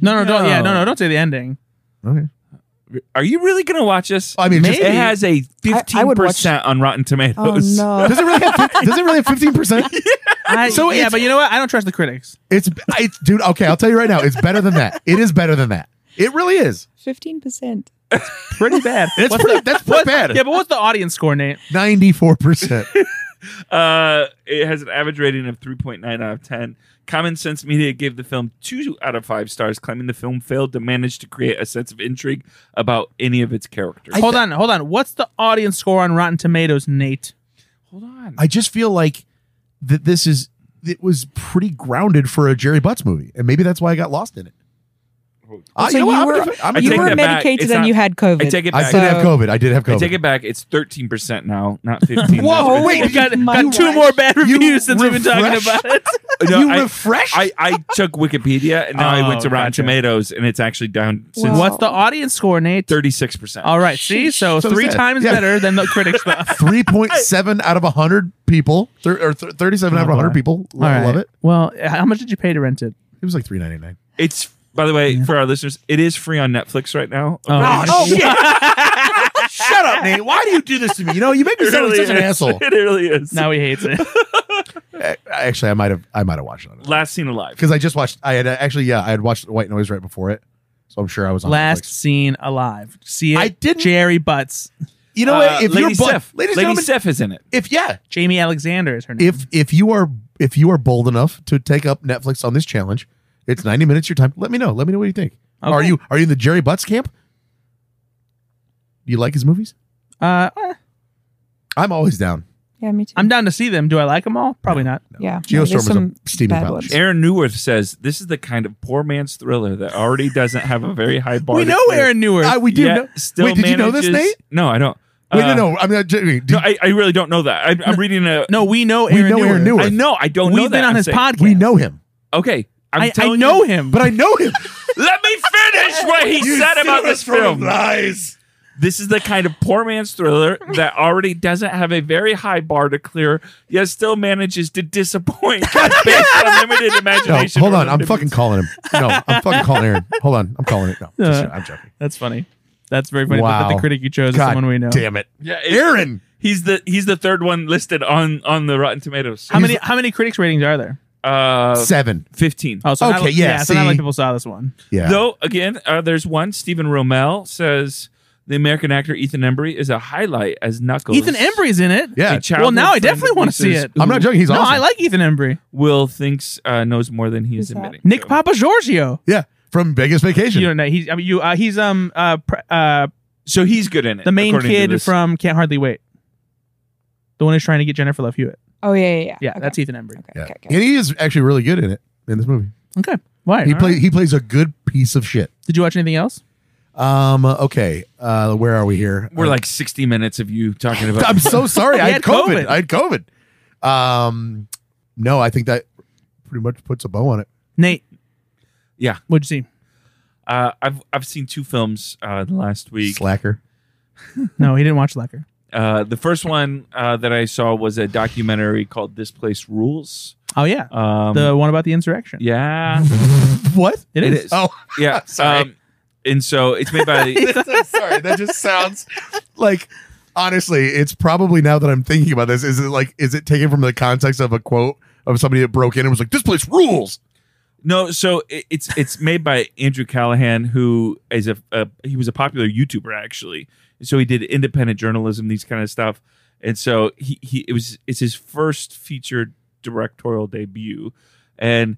Speaker 3: No, no, don't. Yeah, no,
Speaker 4: No.
Speaker 3: no, don't say the ending.
Speaker 2: okay
Speaker 4: Are you really gonna watch this?
Speaker 2: i mean just
Speaker 4: It has a
Speaker 5: I- I
Speaker 4: fifteen
Speaker 5: would watch-
Speaker 4: percent on Rotten
Speaker 5: Oh
Speaker 4: Tomatoes.
Speaker 5: no!
Speaker 2: Does it really have? fif- Does it really have fifteen percent?
Speaker 3: I,
Speaker 2: So
Speaker 3: so yeah,
Speaker 2: it's-
Speaker 3: but you know what? I don't trust the critics.
Speaker 2: It's, it's, dude. Okay, I'll tell you right now. It's better than that. It is better than that. It really is.
Speaker 5: Fifteen percent.
Speaker 3: Pretty bad.
Speaker 2: *laughs* It's
Speaker 3: What's
Speaker 2: pretty. that's pretty
Speaker 3: the- yeah,
Speaker 2: bad.
Speaker 3: but what's the audience score, Nate?
Speaker 2: Ninety-four percent.
Speaker 4: Uh, it has an average rating of 3.9 out of 10. Common Sense Media gave the film two out of five stars, claiming the film failed to manage to create a sense of intrigue about any of its characters.
Speaker 3: hold on, hold on. What's the audience score on Rotten Tomatoes, Nate?
Speaker 4: Hold on.
Speaker 2: I just feel like that. This is it was pretty grounded for a Jerry Butts movie, and maybe that's why I got lost in it. Ah,
Speaker 5: so
Speaker 2: you know
Speaker 5: you
Speaker 2: what? I'm
Speaker 5: were-
Speaker 2: gonna- I'm
Speaker 4: I
Speaker 2: gonna
Speaker 5: you
Speaker 4: take
Speaker 2: take
Speaker 5: were
Speaker 4: that
Speaker 2: that
Speaker 4: back.
Speaker 5: medicated
Speaker 4: It's
Speaker 5: and
Speaker 4: not-
Speaker 5: you had COVID.
Speaker 4: I take it
Speaker 2: I
Speaker 4: back.
Speaker 2: did have COVID. I did have
Speaker 4: I
Speaker 2: COVID.
Speaker 4: take it back. It's thirteen percent now, not
Speaker 3: *laughs*
Speaker 4: fifteen.
Speaker 5: Whoa,
Speaker 4: That's
Speaker 5: wait,
Speaker 3: We
Speaker 5: you
Speaker 4: ridiculous.
Speaker 3: got,
Speaker 5: my
Speaker 3: got two
Speaker 5: wife-
Speaker 3: more bad
Speaker 2: you
Speaker 3: reviews since we've been talking
Speaker 2: refresh-
Speaker 3: about it.
Speaker 4: No,
Speaker 2: you
Speaker 4: I-
Speaker 2: refreshed.
Speaker 4: I, I took Wikipedia and now I went to
Speaker 3: Oh,
Speaker 4: Rotten
Speaker 3: gotcha.
Speaker 4: Tomatoes and it's actually down
Speaker 5: Wow.
Speaker 4: since
Speaker 3: What's the audience score, Nate?
Speaker 4: thirty six percent.
Speaker 3: All right, see, so,
Speaker 2: So
Speaker 3: three
Speaker 2: sad.
Speaker 3: times
Speaker 2: Yeah.
Speaker 3: better than the critic
Speaker 2: *laughs*
Speaker 3: stuff.
Speaker 2: Three point seven out of hundred people, thir- or th- thirty-seven out of
Speaker 3: Oh, boy.
Speaker 2: hundred people lo-
Speaker 3: All right.
Speaker 2: love it.
Speaker 3: Well, how much did you pay to rent it?
Speaker 2: It was like three ninety-nine.
Speaker 4: It's by the way for our listeners, it is free on Netflix right now.
Speaker 3: Oh, *laughs*
Speaker 2: Oh, shit. Shut up, Nate. Why do you do this to me? You know, you make me sound like such an
Speaker 4: is.
Speaker 2: asshole.
Speaker 4: It really is.
Speaker 3: Now he hates it.
Speaker 2: A- Actually, I might have, I might have watched it
Speaker 4: Last seen alive.
Speaker 2: because I just watched. I had uh, actually, yeah, I had watched White Noise right before it, so I'm sure I was on
Speaker 3: Last
Speaker 2: Netflix.
Speaker 3: seen alive. See it.
Speaker 2: I didn't-
Speaker 3: Jerry Butts.
Speaker 2: You know what? If
Speaker 4: Uh, Lady
Speaker 2: you're, bu- ladies
Speaker 4: Sif.
Speaker 2: and
Speaker 4: Lady
Speaker 2: gentlemen,
Speaker 4: Sif is in it.
Speaker 2: if yeah,
Speaker 3: Jamie Alexander is her name.
Speaker 2: if if you are if you are bold enough to take up Netflix on this challenge, it's 90 minutes your time. Let me know. Let me know what you think. Are
Speaker 3: Okay.
Speaker 2: you are you in the Jerry Butts camp? Do you like his movies?
Speaker 3: uh, eh,
Speaker 2: I'm always down.
Speaker 5: yeah, me too.
Speaker 3: I'm down to see them. Do I like them all? Probably not.
Speaker 5: yeah, no,
Speaker 2: Geostorm
Speaker 5: there's
Speaker 2: is a
Speaker 5: some
Speaker 2: steamy
Speaker 5: bad
Speaker 2: pile of
Speaker 5: ones.
Speaker 2: shit.
Speaker 4: Aaron Newworth says this is the kind of poor man's thriller that already doesn't have a very high bar.
Speaker 3: we
Speaker 4: to
Speaker 3: know
Speaker 4: clear.
Speaker 3: Aaron Newer.
Speaker 2: I- we do.
Speaker 4: Yet
Speaker 2: know-
Speaker 4: still
Speaker 2: Wait, did you know this,
Speaker 4: manages-
Speaker 2: Nate?
Speaker 4: No, I don't.
Speaker 2: Wait,
Speaker 4: Uh,
Speaker 2: no, no. I'm not joking. Did-
Speaker 4: no, I, I really don't know that. I, I'm reading
Speaker 2: *laughs*
Speaker 4: a.
Speaker 3: no, we know
Speaker 2: We
Speaker 3: Aaron
Speaker 2: know
Speaker 3: Newer.
Speaker 2: Aaron Newer.
Speaker 4: I know. I don't know
Speaker 3: We've been
Speaker 4: that.
Speaker 3: on
Speaker 4: I'm
Speaker 3: his
Speaker 4: saying-
Speaker 3: podcast.
Speaker 2: we know him,
Speaker 4: Okay, I'm
Speaker 3: I, I
Speaker 4: telling
Speaker 3: know
Speaker 4: *laughs* you-
Speaker 3: him.
Speaker 2: but I know him.
Speaker 4: Let me finish what he
Speaker 2: You
Speaker 4: said about
Speaker 2: see
Speaker 4: this
Speaker 2: us from
Speaker 4: film.
Speaker 2: Lies.
Speaker 4: This is the kind of poor man's thriller that already doesn't have a very high bar to clear, yet still manages to disappoint based on limited
Speaker 2: No,
Speaker 4: imagination.
Speaker 2: hold
Speaker 4: or
Speaker 2: on. I'm
Speaker 4: limited-
Speaker 2: fucking calling him. No, I'm fucking calling Aaron. Hold on. I'm calling it.
Speaker 4: *laughs*
Speaker 2: No,
Speaker 4: Uh,
Speaker 2: just- I'm joking.
Speaker 3: That's funny. That's very funny.
Speaker 2: Wow.
Speaker 3: That the critic you chose is
Speaker 2: God
Speaker 3: someone we know.
Speaker 2: damn it,
Speaker 4: Yeah, it-
Speaker 2: Aaron.
Speaker 4: He's the he's the third one listed on on the Rotten Tomatoes.
Speaker 3: How many how many critics ratings are there?
Speaker 4: Uh,
Speaker 2: Seven.
Speaker 4: fifteen.
Speaker 3: Oh, so not-
Speaker 2: Okay, yeah,
Speaker 3: so not
Speaker 2: see.
Speaker 3: like people saw this one.
Speaker 2: Yeah.
Speaker 4: Though again, uh, there's one. Stephen Rommel says the American actor Ethan Embry is a highlight as Knuckles.
Speaker 3: Ethan Embry's in it.
Speaker 2: Yeah.
Speaker 4: A childhood
Speaker 3: Well, now I
Speaker 4: friend
Speaker 3: definitely
Speaker 4: of
Speaker 3: want to see
Speaker 4: Lisa's
Speaker 3: it.
Speaker 2: I'm not joking. He's
Speaker 3: no,
Speaker 2: awesome.
Speaker 3: I like Ethan Embry.
Speaker 4: Will thinks uh, knows more than he is
Speaker 5: Who's that?
Speaker 4: admitting.
Speaker 3: Nick
Speaker 4: So-
Speaker 3: Papa Giorgio.
Speaker 2: yeah. From Vegas Vacation.
Speaker 3: You don't know. He's I mean, you. Uh, he's um uh, pr- uh
Speaker 4: So he's good in it.
Speaker 3: the main
Speaker 4: according to
Speaker 3: kid
Speaker 4: this.
Speaker 3: from Can't Hardly Wait. The one who's trying to get Jennifer Love Hewitt.
Speaker 5: Oh yeah, yeah, yeah.
Speaker 3: Yeah,
Speaker 5: okay.
Speaker 3: that's Ethan Embry.
Speaker 5: okay,
Speaker 2: Yeah.
Speaker 5: okay, okay.
Speaker 2: And he is actually really good in it in this movie.
Speaker 3: Okay. Why?
Speaker 2: He plays he plays a good piece of shit.
Speaker 3: Did you watch anything else?
Speaker 2: Um okay. Uh where are we here?
Speaker 4: We're
Speaker 2: Uh,
Speaker 4: like 60 minutes of you talking about.
Speaker 2: *laughs* I'm so sorry. I
Speaker 3: He
Speaker 2: had
Speaker 3: had
Speaker 2: COVID.
Speaker 3: COVID.
Speaker 2: I had COVID. Um no, I think that pretty much puts a bow on it.
Speaker 3: Nate.
Speaker 4: Yeah.
Speaker 3: What'd you see?
Speaker 4: uh, I've I've seen two films uh, the last week.
Speaker 2: Slacker.
Speaker 3: No, he didn't watch Lecker.
Speaker 4: Uh, the first one uh, that I saw was a documentary called "This Place Rules."
Speaker 3: Oh yeah.
Speaker 4: Um,
Speaker 3: the one about the insurrection.
Speaker 4: yeah,
Speaker 2: what?
Speaker 3: *laughs* It
Speaker 4: it
Speaker 3: is. *laughs*
Speaker 4: is.
Speaker 2: Oh,
Speaker 4: yeah.
Speaker 2: Sorry.
Speaker 4: Um, and so it's made by
Speaker 2: I'm sorry. That just sounds *laughs* like honestly, it's probably now that I'm thinking about this, is it like is it taken from the context of a quote of somebody that broke in and was like, This place rules.
Speaker 4: No, so it, it's it's made by Andrew Callahan, who is a, a he was a popular YouTuber actually. So he did independent journalism, these kind of stuff, and so he he it was it's his first feature directorial debut, and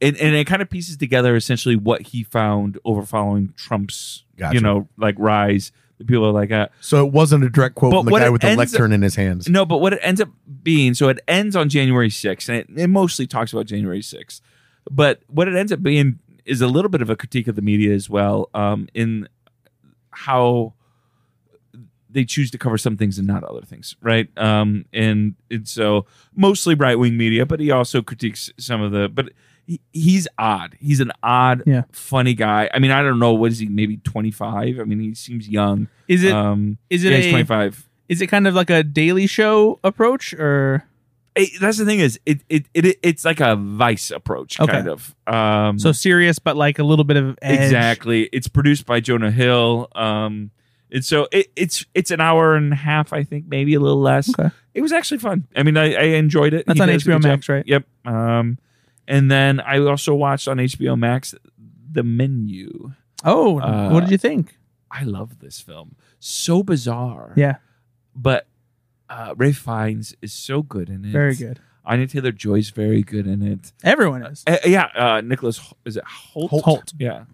Speaker 4: and and it kind of pieces together essentially what he found over following Trump's
Speaker 2: Gotcha.
Speaker 4: you know like rise. The people are like, uh,
Speaker 2: So it wasn't a direct quote
Speaker 4: But
Speaker 2: from the
Speaker 4: what
Speaker 2: guy
Speaker 4: it
Speaker 2: with the
Speaker 4: ends-
Speaker 2: lectern in his hands.
Speaker 4: no, but what it ends up being, so it ends on January 6th, and it, it mostly talks about January 6th. But what it ends up being is a little bit of a critique of the media as well um, in how they choose to cover some things and not other things, right? Um, and, and so mostly right wing media, but he also critiques some of the, but he, he's odd. He's an odd,
Speaker 3: Yeah.
Speaker 4: funny guy. I mean, I don't know, what is he, maybe 25? I mean, he seems young.
Speaker 3: Is it?
Speaker 4: um,
Speaker 3: is it
Speaker 4: yeah, he's
Speaker 3: a-
Speaker 4: 25.
Speaker 3: is it kind of like a Daily Show approach, or
Speaker 4: it, that's the thing is it, it it it's like a vice approach
Speaker 3: Okay.
Speaker 4: kind of um
Speaker 3: so serious, but like a little bit of edge?
Speaker 4: exactly it's produced by jonah hill um and so it, it's it's an hour and a half i think maybe a little less
Speaker 3: Okay.
Speaker 4: it was actually fun i mean i, I enjoyed it
Speaker 3: That's
Speaker 4: He
Speaker 3: on
Speaker 4: does a
Speaker 3: HBO
Speaker 4: good job.
Speaker 3: Max, right?
Speaker 4: yep um and then i also watched on hbo max the menu
Speaker 3: Oh,
Speaker 4: Uh,
Speaker 3: what did you think?
Speaker 4: i love this film so bizarre
Speaker 3: Yeah,
Speaker 4: but uh ray fiennes is so good in it
Speaker 3: very good.
Speaker 4: anya taylor joy's very good in it
Speaker 3: Everyone is.
Speaker 4: Uh, yeah, uh, Nicholas H- is it Holt? Mm-hmm.
Speaker 2: Holt. Holt.
Speaker 4: Yeah,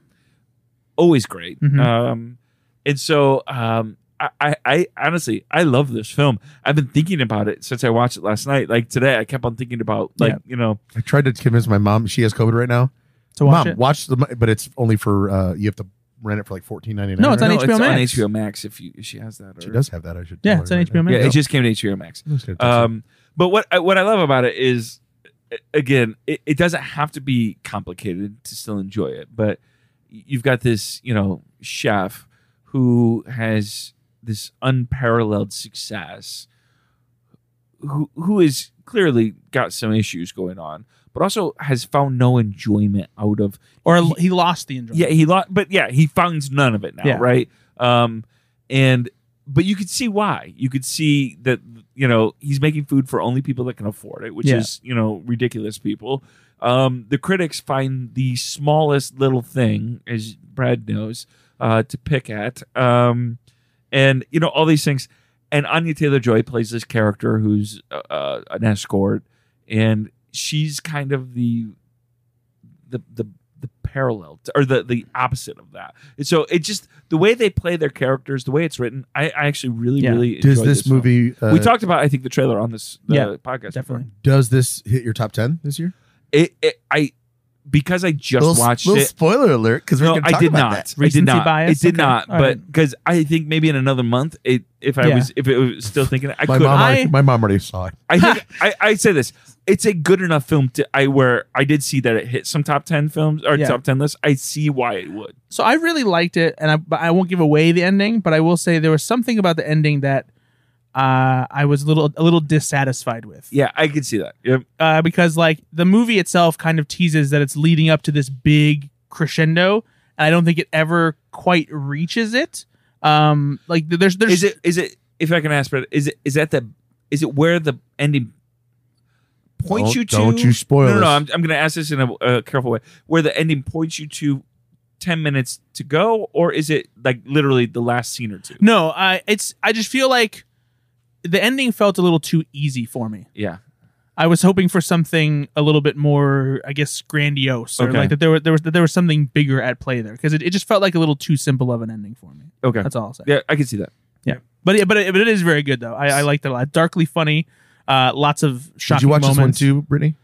Speaker 4: always great.
Speaker 3: Mhm.
Speaker 4: Um, and so um, I, I, I honestly, I love this film. I've been thinking about it since I watched it last night. Like today, I kept on thinking about like
Speaker 3: Yeah.
Speaker 4: you know
Speaker 2: I tried to convince my mom. She has COVID right now.
Speaker 3: to watch
Speaker 2: mom,
Speaker 3: it.
Speaker 2: watch the. mo- But it's only for uh, you have to rent it for like fourteen ninety nine.
Speaker 3: No, it's on
Speaker 4: No,
Speaker 3: HBO Max.
Speaker 4: on HBO Max if you if she has that. Or,
Speaker 2: She does have that. I should.
Speaker 3: Yeah,
Speaker 2: tell
Speaker 3: it's
Speaker 2: her
Speaker 3: on
Speaker 2: right
Speaker 3: HBO
Speaker 2: now.
Speaker 4: Yeah,
Speaker 3: Max.
Speaker 4: it just came to HBO Max.
Speaker 2: I'm just gonna text her.
Speaker 4: Um, but what I, what I love about it is, uh, again, it, it doesn't have to be complicated to still enjoy it. But you've got this, you know, chef who has this unparalleled success, who who is clearly got some issues going on, but also has found no enjoyment out of
Speaker 3: or he lost the enjoyment.
Speaker 4: yeah, he lost, but yeah, he finds none of it now,
Speaker 3: Yeah.
Speaker 4: right? Um, and but you could see why. You could see that you know he's making food for only people that can afford it, which
Speaker 3: Yeah.
Speaker 4: is you know ridiculous people. Um, the critics find the smallest little thing, as Brad knows, uh, to pick at, um, and you know all these things. And Anya Taylor Joy plays this character who's uh, uh, an escort, and she's kind of the the the the parallel to, or the the opposite of that. And so it just the way they play their characters, the way it's written, I, I actually really
Speaker 3: Yeah.
Speaker 4: really
Speaker 2: does
Speaker 4: enjoyed
Speaker 2: this
Speaker 4: film.
Speaker 2: movie? Uh,
Speaker 4: we talked about I think the trailer on this the
Speaker 3: Yeah,
Speaker 4: podcast.
Speaker 3: definitely.
Speaker 4: before.
Speaker 2: Does this hit your top ten this year?
Speaker 4: It, it I because I just
Speaker 2: little,
Speaker 4: watched
Speaker 2: little
Speaker 4: it.
Speaker 2: Spoiler alert! Because
Speaker 4: No,
Speaker 2: we're gonna
Speaker 4: I
Speaker 2: talk
Speaker 4: did
Speaker 2: about
Speaker 4: not.
Speaker 2: that.
Speaker 4: I did
Speaker 3: Recency
Speaker 4: not.
Speaker 3: bias?
Speaker 4: It did
Speaker 3: Okay.
Speaker 4: not.
Speaker 3: All
Speaker 4: but
Speaker 3: right.
Speaker 4: because I think maybe in another month, it if I
Speaker 3: Yeah.
Speaker 4: was if it was still thinking, I
Speaker 2: My
Speaker 4: could.
Speaker 2: mom,
Speaker 4: I,
Speaker 2: already,
Speaker 3: I-
Speaker 2: my mom already saw it.
Speaker 4: I think I, I say this. It's a good enough film to I where I did see that it hit some top ten films or
Speaker 3: Yeah.
Speaker 4: top ten lists. I see why it would.
Speaker 3: So I really liked it, and I but I won't give away the ending, but I will say there was something about the ending that uh, I was a little a little dissatisfied with.
Speaker 4: Yeah, I could see that. Yep.
Speaker 3: uh, because like the movie itself kind of teases that it's leading up to this big crescendo, and I don't think it ever quite reaches it. Um, like th- there's there's
Speaker 4: is it is it if I can ask, but is it is that the is it where the ending points
Speaker 2: Don't-
Speaker 4: you to?
Speaker 2: Don't you spoil
Speaker 4: no, no, no.
Speaker 2: us.
Speaker 4: I'm, I'm going to ask this in a uh, careful way. Where the ending points you to ten minutes to go, or is it like literally the last scene or two?
Speaker 3: no, I it's I just feel like the ending felt a little too easy for me.
Speaker 4: Yeah,
Speaker 3: I was hoping for something a little bit more, I guess, grandiose, or
Speaker 4: Okay.
Speaker 3: like that there was there was that there was something bigger at play there because it, it just felt like a little too simple of an ending for me.
Speaker 4: okay,
Speaker 3: That's all I'll say.
Speaker 4: yeah, I can see that.
Speaker 3: But yeah, but it, but it is very good though. I, I liked it a lot. Darkly funny, uh, lots of
Speaker 2: Did
Speaker 3: shocking
Speaker 2: you watch
Speaker 3: moments.
Speaker 2: this one too, Brittany?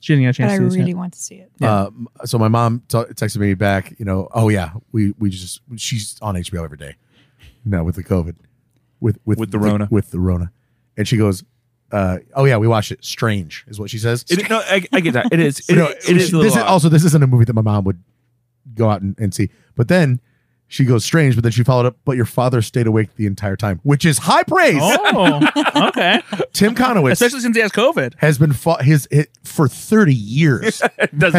Speaker 3: She didn't get a
Speaker 5: But
Speaker 3: chance
Speaker 5: I
Speaker 3: to see this
Speaker 5: really
Speaker 3: yet.
Speaker 5: want to see it.
Speaker 3: Yeah.
Speaker 2: Uh, m- so my mom t- texted me back, you know, oh yeah, we we just she's on HBO every day now with the COVID, with with,
Speaker 4: With the Rona.
Speaker 2: with the Rona, and she goes, uh, oh yeah, we watched it. Strange is what she says.
Speaker 4: It, no, I, I get that. It is.
Speaker 2: *laughs*
Speaker 4: It,
Speaker 2: You know,
Speaker 4: it is.
Speaker 2: she-
Speaker 4: a
Speaker 2: this
Speaker 4: little
Speaker 2: is
Speaker 4: *laughs* odd.
Speaker 2: also this isn't a movie that my mom would go out and, and see. But then she goes strange, but then she followed up. But your father stayed awake the entire time, which is high praise.
Speaker 5: *laughs*
Speaker 3: Oh,
Speaker 2: *laughs*
Speaker 3: okay.
Speaker 2: Tim Conowitz
Speaker 3: Especially since he has COVID.
Speaker 2: has been fa- his it, for thirty years.
Speaker 4: Doesn't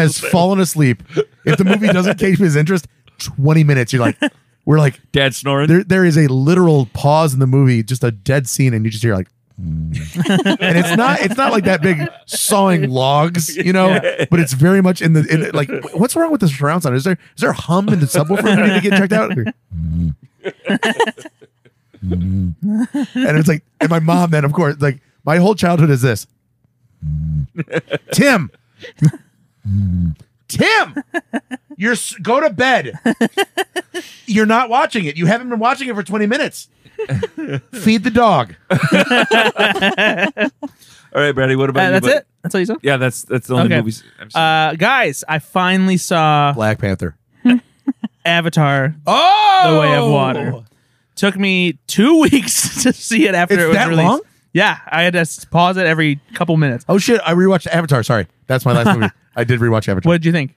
Speaker 2: *laughs* has
Speaker 4: say.
Speaker 2: fallen asleep. If the movie doesn't catch his interest, 20 minutes, you're like, we're like,
Speaker 4: Dad snoring.
Speaker 2: there, there is a literal pause in the movie, just a dead scene, and you just hear like, "Mm." and it's not, it's not like that big sawing logs, you know, but it's very much in the, in, like, what's wrong with the surround sound? Is there, is there a hum in the subwoofer we need to get checked out? Like, "Mm." Mm. and it's like, and my mom then, of course, like my whole childhood is this, "Mm." Tim, Tim, you're s- go to bed. You're not watching it. You haven't been watching it for 20 minutes. Feed the dog.
Speaker 4: All right, Brady. What about
Speaker 3: Uh,
Speaker 4: you?
Speaker 3: that's
Speaker 4: bud?
Speaker 3: it. That's all you saw.
Speaker 4: Yeah, that's that's the only
Speaker 3: Okay.
Speaker 4: movies. I've seen.
Speaker 3: Uh, guys, I finally saw
Speaker 2: Black Panther.
Speaker 3: Avatar:
Speaker 2: Oh,
Speaker 3: The Way of Water. Took me two *laughs* weeks to see it after
Speaker 2: It's
Speaker 3: it was
Speaker 2: that
Speaker 3: released.
Speaker 2: long?
Speaker 3: Yeah, I had to s- pause it every couple minutes.
Speaker 2: Oh shit! I rewatched Avatar. Sorry, that's my last movie. I did rewatch Avatar.
Speaker 3: What did you think?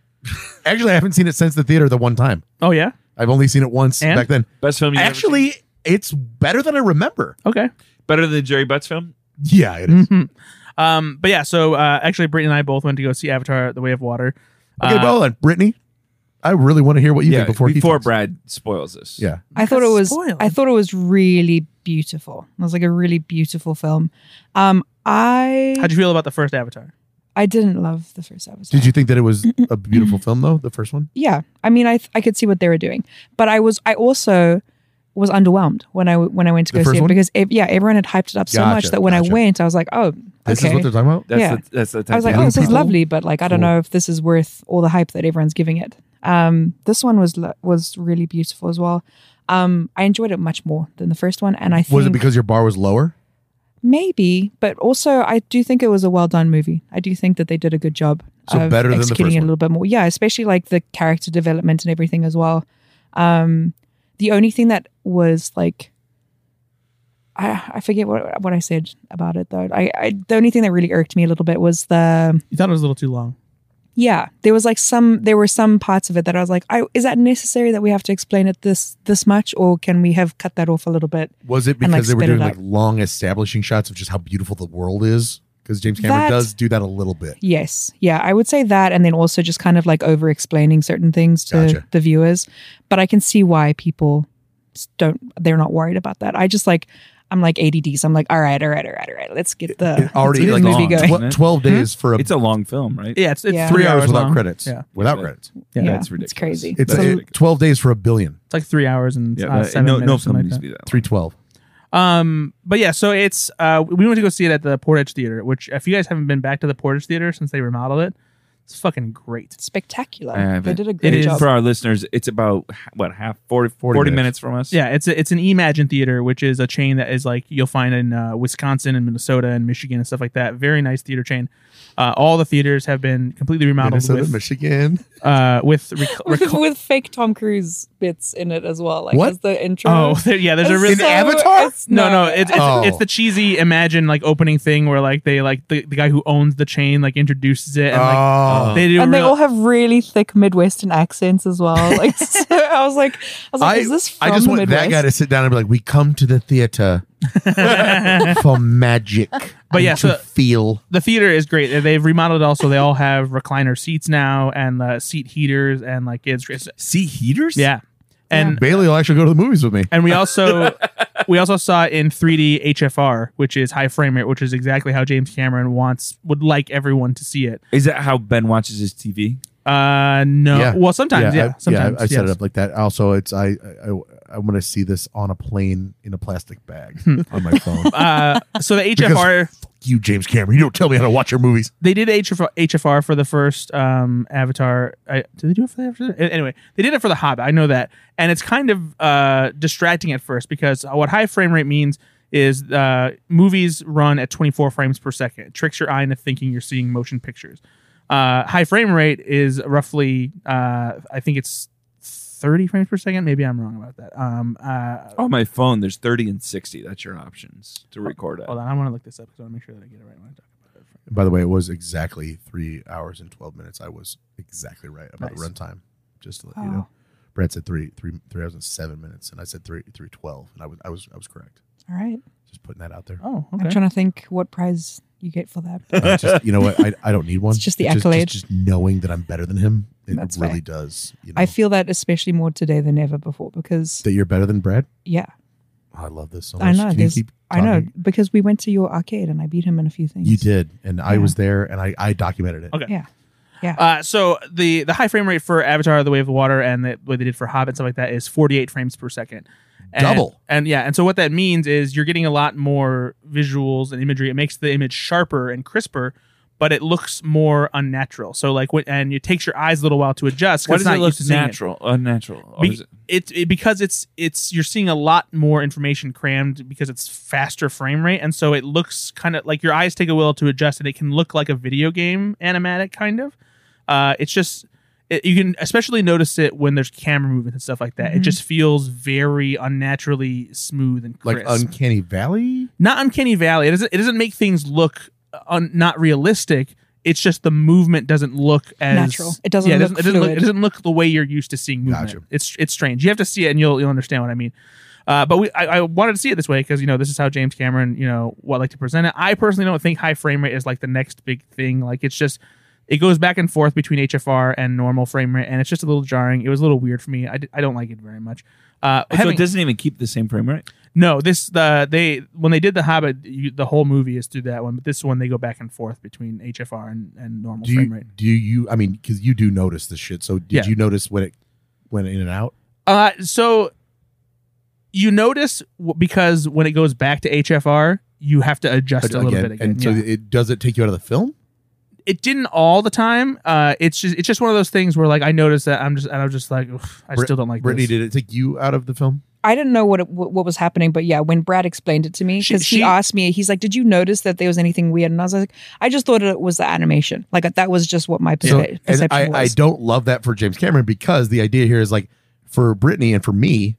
Speaker 2: Actually, I haven't seen it since the theater the one time.
Speaker 3: Oh yeah.
Speaker 2: I've only seen it once
Speaker 3: And?
Speaker 2: back then.
Speaker 4: Best film. You've ever
Speaker 2: Actually, it's better than I remember. Hmm?
Speaker 3: Okay.
Speaker 4: seen? better than Jerry Butts film.
Speaker 2: Yeah, it is.
Speaker 3: Mhm. um, but yeah, so uh, actually, Brittany and I both went to go see Avatar: The Way of Water.
Speaker 2: Okay,
Speaker 3: Uh,
Speaker 2: well, and Brittany, I really want to hear what you
Speaker 4: yeah,
Speaker 2: think before he
Speaker 4: before
Speaker 2: talks.
Speaker 4: Brad spoils this.
Speaker 2: Yeah,
Speaker 5: I thought it was
Speaker 3: Spoiled.
Speaker 5: I thought it was really beautiful. It was like a really beautiful film. Um I
Speaker 3: how'd you feel about the first Avatar?
Speaker 5: I didn't love the first episode.
Speaker 2: did you think that it was a beautiful film though? The first one.
Speaker 5: yeah i mean i th- i could see what they were doing but i was i also was underwhelmed when i w- when i went to
Speaker 2: The
Speaker 5: go
Speaker 2: first
Speaker 5: see it
Speaker 2: one?
Speaker 5: because ev- yeah everyone had hyped it up so much
Speaker 2: Gotcha,
Speaker 5: that when
Speaker 2: gotcha.
Speaker 5: i went i was like oh
Speaker 2: This is
Speaker 5: okay
Speaker 2: what they're talking about.
Speaker 4: That's
Speaker 5: Yeah.
Speaker 4: the, that's the type
Speaker 5: i was like
Speaker 4: of
Speaker 5: oh this is
Speaker 2: people?
Speaker 5: lovely but like i don't
Speaker 2: Cool.
Speaker 5: know if this is worth all the hype that everyone's giving it um this one was lo- was really beautiful as well Um, I enjoyed it much more than the first one, and I think
Speaker 2: Was it because your bar was lower?
Speaker 5: maybe, but also I do think it was a well done movie. I do think that they did a good job
Speaker 2: So
Speaker 5: of
Speaker 2: better than the
Speaker 5: executing
Speaker 2: first
Speaker 5: it a
Speaker 2: one.
Speaker 5: little bit more. Yeah, especially like the character development and everything as well. Um, the only thing that was like, I I forget what what I said about it though. I, I the only thing that really irked me a little bit was the
Speaker 3: You thought it was a little too long.
Speaker 5: yeah there was like some there were some parts of it that i was like I, is that necessary that we have to explain it this this much or can we have cut that off a little bit
Speaker 2: Was it
Speaker 5: And,
Speaker 2: because
Speaker 5: like,
Speaker 2: they were
Speaker 5: spit it
Speaker 2: doing like
Speaker 5: out.
Speaker 2: long establishing shots of just how beautiful the world is? Because James Cameron
Speaker 5: That-
Speaker 2: does do that a little bit.
Speaker 5: yes yeah i would say that and then also just kind of like over explaining certain things to
Speaker 2: Gotcha.
Speaker 5: the viewers but i can see why people s- don't they're not worried about that i just like i'm like adds i'm like all right all right all right all right let's get the
Speaker 2: It already like
Speaker 5: let's get the movie
Speaker 4: long.
Speaker 5: going
Speaker 4: What-
Speaker 2: tw- twelve days
Speaker 5: Hmm?
Speaker 2: for a,
Speaker 4: It's a long film, right?
Speaker 3: Yeah, it's, it's
Speaker 5: Yeah.
Speaker 2: three
Speaker 3: three
Speaker 2: hours without
Speaker 3: long.
Speaker 2: credits.
Speaker 3: Yeah.
Speaker 2: Without
Speaker 4: Yeah.
Speaker 2: credits,
Speaker 3: Yeah.
Speaker 5: Yeah.
Speaker 4: that's ridiculous.
Speaker 5: it's crazy.
Speaker 2: it's
Speaker 4: That's
Speaker 2: a-
Speaker 4: ridiculous.
Speaker 2: twelve days for a billion.
Speaker 3: It's like three hours and
Speaker 4: Yeah,
Speaker 3: uh,
Speaker 4: that-
Speaker 3: seven
Speaker 4: no,
Speaker 3: minutes.
Speaker 4: no
Speaker 3: or
Speaker 4: film
Speaker 3: something
Speaker 4: needs
Speaker 3: like
Speaker 4: to be that.
Speaker 2: Three twelve.
Speaker 3: that. Um, but yeah, so it's uh, we went to go see it at the Portage Theater, which if you guys haven't been back to the Portage Theater since they remodeled it, it's fucking great.
Speaker 5: spectacular
Speaker 4: I have Uh,
Speaker 5: they
Speaker 4: it.
Speaker 5: did a great
Speaker 3: is
Speaker 5: job
Speaker 4: For our listeners, it's about h- what half 40, 40, minutes.
Speaker 2: minutes
Speaker 4: from us.
Speaker 3: Yeah, it's a, it's an Imagine Theater, which is a chain that is like you'll find in uh, Wisconsin and Minnesota and Michigan and stuff like that. Very nice theater chain. Uh, all the theaters have been completely remodeled
Speaker 2: Minnesota,
Speaker 3: with
Speaker 2: Michigan.
Speaker 3: uh, with,
Speaker 5: *laughs*
Speaker 3: rec-
Speaker 5: *laughs* with,
Speaker 3: rec-
Speaker 5: with fake Tom Cruise bits in it as well, like
Speaker 2: What?
Speaker 5: as the
Speaker 3: *laughs*
Speaker 5: intro.
Speaker 3: oh *laughs* there- yeah. There's a
Speaker 5: It's
Speaker 3: really
Speaker 2: In Avatar?
Speaker 5: it's-
Speaker 3: no no it's it's,
Speaker 2: Oh.
Speaker 3: it's the cheesy Imagine like opening thing where like they like the, the guy who owns the chain like introduces it and like
Speaker 2: Oh.
Speaker 3: they do
Speaker 5: and they
Speaker 3: real-
Speaker 5: all have really thick Midwestern accents as
Speaker 3: *laughs*
Speaker 5: well. Like so I was like, I was like, is this from
Speaker 2: I just
Speaker 5: the
Speaker 2: want
Speaker 5: Midwest?
Speaker 2: that guy to sit down and be like, "We come to the theater for magic, and
Speaker 3: yeah,
Speaker 2: to
Speaker 3: so-
Speaker 2: feel
Speaker 3: the theater is great. They- They've remodeled it also. They all have recliner seats now and uh, seat heaters and like it's, it's
Speaker 4: Sea heaters?
Speaker 3: yeah. And
Speaker 2: Bailey will actually go to the movies with me."
Speaker 3: and we also we also saw it in 3D HFR, which is high frame rate, which is exactly how James Cameron wants would like everyone to see it.
Speaker 4: Is that how Ben watches his TV?
Speaker 3: Uh no.
Speaker 2: Yeah.
Speaker 3: Well, sometimes yeah,
Speaker 2: I-
Speaker 3: sometimes
Speaker 2: I, I set it
Speaker 3: yes.
Speaker 2: up like that. Also, it's I I, I, want to see this on a plane in a plastic bag on my phone. *laughs*
Speaker 3: Uh, so the HFR
Speaker 2: you, James Cameron, you don't tell me how to watch your movies.
Speaker 3: they did HFR, HFR for the first um, Avatar. I, did they do it for the Avatar? A- Anyway, they did it for the Hobbit. I know that, and it's kind of uh, distracting at first because what high frame rate means is uh, movies run at 24 frames per second. It tricks your eye into thinking you're seeing motion pictures. Uh, high frame rate is roughly, uh, I think it's 30 frames per second. Maybe I'm wrong about that. Um, uh,
Speaker 4: On my phone, there's 30 and 60. That's your options to record at.
Speaker 3: hold on, I want to look this up because I want to make sure that I get it right when I talk about it.
Speaker 2: By the way, it was exactly three hours and twelve minutes. I was exactly right about the
Speaker 3: Nice.
Speaker 2: runtime. Just to let you
Speaker 5: Oh.
Speaker 2: know, Brad said three three three hours and seven minutes, and I said three three twelve, and I was I was I was correct.
Speaker 5: Oh, All right,
Speaker 2: Just putting that out
Speaker 5: *laughs*
Speaker 2: there.
Speaker 3: Oh,
Speaker 5: I'm
Speaker 3: okay.
Speaker 5: trying to think what prize you get for that. *laughs*
Speaker 2: I just, you know what? I, I don't need one.
Speaker 5: It's just the accolade.
Speaker 2: Just, knowing that I'm better than him, it
Speaker 5: That's
Speaker 2: really
Speaker 5: fair.
Speaker 2: does. You know,
Speaker 5: I feel that especially more today than ever before because
Speaker 2: that you're better than Brad.
Speaker 5: yeah,
Speaker 2: Oh, I love this so much.
Speaker 5: I know,
Speaker 2: Can you
Speaker 5: there's-
Speaker 2: keep
Speaker 5: I know
Speaker 2: talking?
Speaker 5: because we went to your arcade and I beat him in a few things.
Speaker 2: You did, and I
Speaker 5: Yeah.
Speaker 2: was there, and I, I documented it.
Speaker 3: Okay.
Speaker 5: yeah.
Speaker 3: Uh, so the the high frame rate for Avatar: The Way of the Water and the way they did for Hobbit and stuff like that is 48 frames per second. And,
Speaker 2: Double.
Speaker 3: And yeah, and so what that means is you're getting a lot more visuals and imagery. It makes the image sharper and crisper, but it looks more unnatural. So like when and it takes your eyes a little while to adjust. 'cause
Speaker 4: Why
Speaker 3: it's
Speaker 4: does it
Speaker 3: not
Speaker 4: look
Speaker 3: used to seeing it.
Speaker 4: natural? Unnatural. Or
Speaker 3: Be-
Speaker 4: Oh, is it-
Speaker 3: it, it because it's it's you're seeing a lot more information crammed because it's faster frame rate and so it looks kind of like your eyes take a while to adjust and it can look like a video game animatic kind of uh it's just it, you can especially notice it when there's camera movement and stuff like that it
Speaker 5: Mhm.
Speaker 3: just feels very unnaturally smooth and
Speaker 2: Like
Speaker 3: crisp
Speaker 2: Uncanny Valley.
Speaker 3: not uncanny valley it doesn't it doesn't make things look uh, un, not realistic it's just the movement doesn't look as
Speaker 5: Natural. It doesn't
Speaker 3: yeah,
Speaker 5: look
Speaker 3: it doesn't look it
Speaker 5: fluid.
Speaker 3: doesn't look the way you're used to seeing movement
Speaker 2: Gotcha.
Speaker 3: it's it's strange you have to see it and you'll you'll understand what i mean uh, but we I, I wanted to see it this way because you know this is how James Cameron you know what like to present it. I personally don't think high frame rate is like the next big thing. Like it's just it goes back and forth between HFR and normal frame rate, and it's just a little jarring. It was a little weird for me. I, d- I don't like it very much. Uh,
Speaker 4: so
Speaker 3: having-
Speaker 4: it doesn't even keep the same frame rate?
Speaker 3: no, this the they when they did the Hobbit, you, the whole movie is through that one, but this one they go back and forth between HFR and, and normal
Speaker 2: Do
Speaker 3: frame
Speaker 2: you
Speaker 3: rate.
Speaker 2: do you? I mean, because you do notice this shit. So did
Speaker 3: Yeah.
Speaker 2: you notice when it went in and out?
Speaker 3: Uh, so you notice w- because when it goes back to HFR, you have to adjust a little bit again.
Speaker 2: and so
Speaker 3: yeah.
Speaker 2: it does it take you out of the film?
Speaker 3: it didn't all the time. Uh, it's just it's just one of those things where like I noticed that I'm just and I'm just like "Ugh, I
Speaker 2: Brit-
Speaker 3: still don't like
Speaker 2: Brittany,
Speaker 3: this.
Speaker 2: did it take you out of the film?
Speaker 5: I didn't know what it, what what was happening, but yeah, when Brad explained it to me,
Speaker 4: She-
Speaker 5: because he
Speaker 4: she-
Speaker 5: asked me, he's like, "Did you notice that there was anything weird?" And I was like, "I just thought it was the animation. Like uh, that was just what my
Speaker 2: So,
Speaker 5: perce-
Speaker 2: and
Speaker 5: perception
Speaker 2: I,
Speaker 5: was."
Speaker 2: I don't love that for James Cameron because the idea here is like for Brittany and for me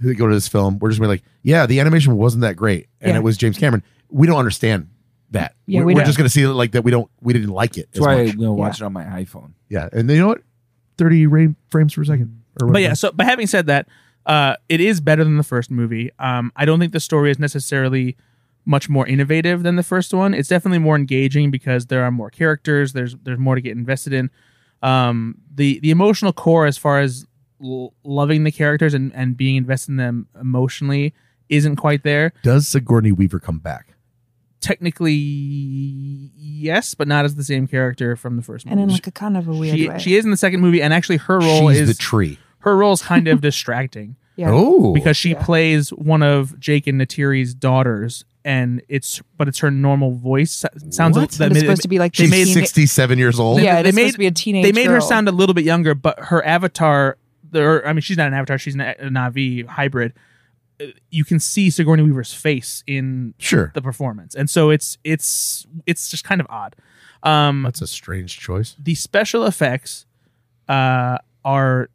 Speaker 2: who go to this film, we're just gonna be like, yeah, the animation wasn't that great, and
Speaker 5: Yeah.
Speaker 2: it was James Cameron. We don't understand that.
Speaker 5: Yeah,
Speaker 2: we're,
Speaker 5: we
Speaker 2: we're
Speaker 5: don't.
Speaker 2: just gonna see it like that. We don't. We didn't like it. As
Speaker 4: That's why I'm
Speaker 2: much.
Speaker 4: gonna watch it on my iPhone.
Speaker 2: Yeah, and you know what? Thirty ra- frames per second. Or
Speaker 3: But
Speaker 2: whatever.
Speaker 3: yeah, so but having said that, uh, it is better than the first movie. Um, I don't think the story is necessarily much more innovative than the first one. It's definitely more engaging because there are more characters. There's there's more to get invested in. Um, the the emotional core, as far as l- loving the characters and and being invested in them emotionally, isn't quite there.
Speaker 2: Does Sigourney Weaver come back?
Speaker 3: Technically, yes, but not as the same character from the first
Speaker 5: and
Speaker 3: movie.
Speaker 5: in like a kind of a weird
Speaker 3: she,
Speaker 5: way.
Speaker 3: she is in the second movie, and actually her role
Speaker 2: She's the
Speaker 3: is
Speaker 2: tree.
Speaker 3: her role is kind
Speaker 5: *laughs*
Speaker 3: of distracting
Speaker 5: yeah.
Speaker 2: Oh,
Speaker 3: because she
Speaker 5: Yeah.
Speaker 3: plays one of Jake and Natiri's daughters, and it's but it's her normal voice. It Sounds
Speaker 2: What?
Speaker 3: that
Speaker 5: And
Speaker 3: made-
Speaker 5: it's supposed to be like
Speaker 3: they
Speaker 5: this
Speaker 2: she's
Speaker 3: made-
Speaker 5: teena-
Speaker 2: sixty-seven years old.
Speaker 5: Yeah,
Speaker 3: They-
Speaker 5: it
Speaker 3: they
Speaker 5: is supposed
Speaker 3: made-
Speaker 5: to be a teenage.
Speaker 3: they made her
Speaker 5: girl.
Speaker 3: sound a little bit younger, but her avatar, the or, I mean, she's not an avatar; she's an, a- an IV hybrid. Uh, You can see Sigourney Weaver's face in
Speaker 2: Sure,
Speaker 3: the performance, and so it's it's it's just kind of odd. Um,
Speaker 2: that's a strange choice.
Speaker 3: the special effects uh, are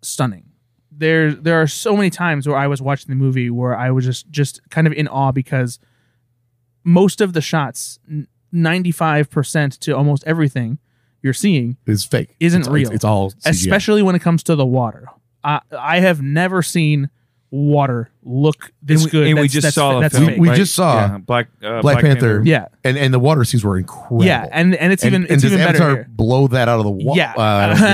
Speaker 3: stunning. There, there are so many times where I was watching the movie where I was just, just kind of in awe because most of the shots, ninety five percent to almost everything you're seeing,
Speaker 2: It's fake.
Speaker 3: Isn't
Speaker 2: it's,
Speaker 3: real.
Speaker 2: It's, it's all CGI.
Speaker 3: especially when it comes to the water. I, I have never seen water look this
Speaker 4: and we,
Speaker 3: good.
Speaker 4: and we
Speaker 3: That's-
Speaker 4: just
Speaker 3: that's-
Speaker 4: saw a
Speaker 3: that's
Speaker 4: film,
Speaker 3: fake.
Speaker 2: We- we just saw
Speaker 4: Yeah, Black uh,
Speaker 2: Black Panther.
Speaker 3: yeah,
Speaker 2: and and the water scenes were incredible.
Speaker 3: yeah, and and it's
Speaker 2: and,
Speaker 3: even
Speaker 2: and
Speaker 3: it's
Speaker 2: does
Speaker 3: even better.
Speaker 2: Avatar
Speaker 3: here.
Speaker 2: blow that out of the water?
Speaker 3: yeah.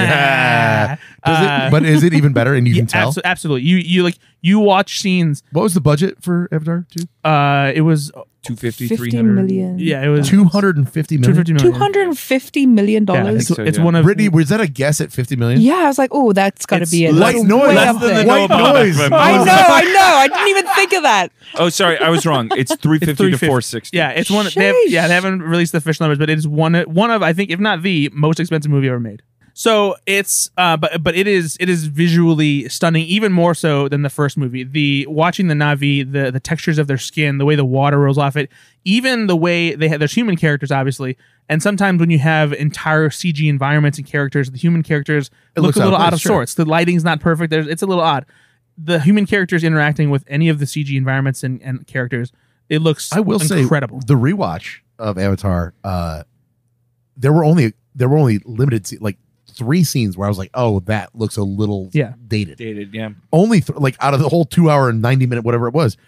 Speaker 2: yeah. Does
Speaker 3: Uh,
Speaker 2: it, but is it even better? And you
Speaker 3: *laughs* Yeah,
Speaker 2: can tell.
Speaker 3: abso- absolutely. You you like you watch scenes.
Speaker 2: What was the budget for Avatar? Two
Speaker 3: Uh, it was
Speaker 4: 250,
Speaker 5: 50
Speaker 4: 300.
Speaker 5: million.
Speaker 3: yeah, it was
Speaker 2: two hundred and fifty
Speaker 3: two
Speaker 2: million.
Speaker 3: fifty million.
Speaker 5: Two hundred and fifty million
Speaker 3: Yeah,
Speaker 5: dollars.
Speaker 3: it's,
Speaker 4: I think so,
Speaker 3: it's
Speaker 4: yeah.
Speaker 3: one of
Speaker 2: Brittany, was that a guess at fifty million?
Speaker 5: Yeah, I was like, oh, that's got to
Speaker 4: It's
Speaker 5: be it.
Speaker 2: White
Speaker 5: That's
Speaker 2: noise.
Speaker 5: way
Speaker 4: Less
Speaker 5: up
Speaker 4: than
Speaker 5: there.
Speaker 4: the
Speaker 2: White
Speaker 4: Nobel
Speaker 2: noise.
Speaker 4: Prize.
Speaker 3: *laughs*
Speaker 5: I know, I know. I didn't even think of that.
Speaker 4: Oh, sorry, I was wrong. It's 350 to
Speaker 3: 350.
Speaker 4: 460.
Speaker 3: yeah, it's one. They have,
Speaker 5: Sheesh.
Speaker 3: yeah, they haven't released the official numbers, but it is one one of I think if not the most expensive movie ever made. So it's uh, but but it is it is visually stunning, even more so than the first movie. The watching the Navi, the the textures of their skin, the way the water rolls off it, even the way they have there's human characters obviously, and sometimes when you have entire CG environments and characters, the human characters
Speaker 2: It
Speaker 3: look
Speaker 2: looks
Speaker 3: a
Speaker 2: out of
Speaker 3: little
Speaker 2: place,
Speaker 3: out of
Speaker 2: sure.
Speaker 3: sorts. The lighting's not perfect. There's it's a little odd. The human characters interacting with any of the CG environments and, and characters, it looks
Speaker 2: I will say
Speaker 3: incredible.
Speaker 2: the rewatch of Avatar. Uh, there were only there were only limited se- like three scenes where I was like, oh, that looks a little
Speaker 3: Yeah.
Speaker 2: dated.
Speaker 4: Dated, yeah.
Speaker 2: only th- like out of the whole two hour and 90 minute whatever it was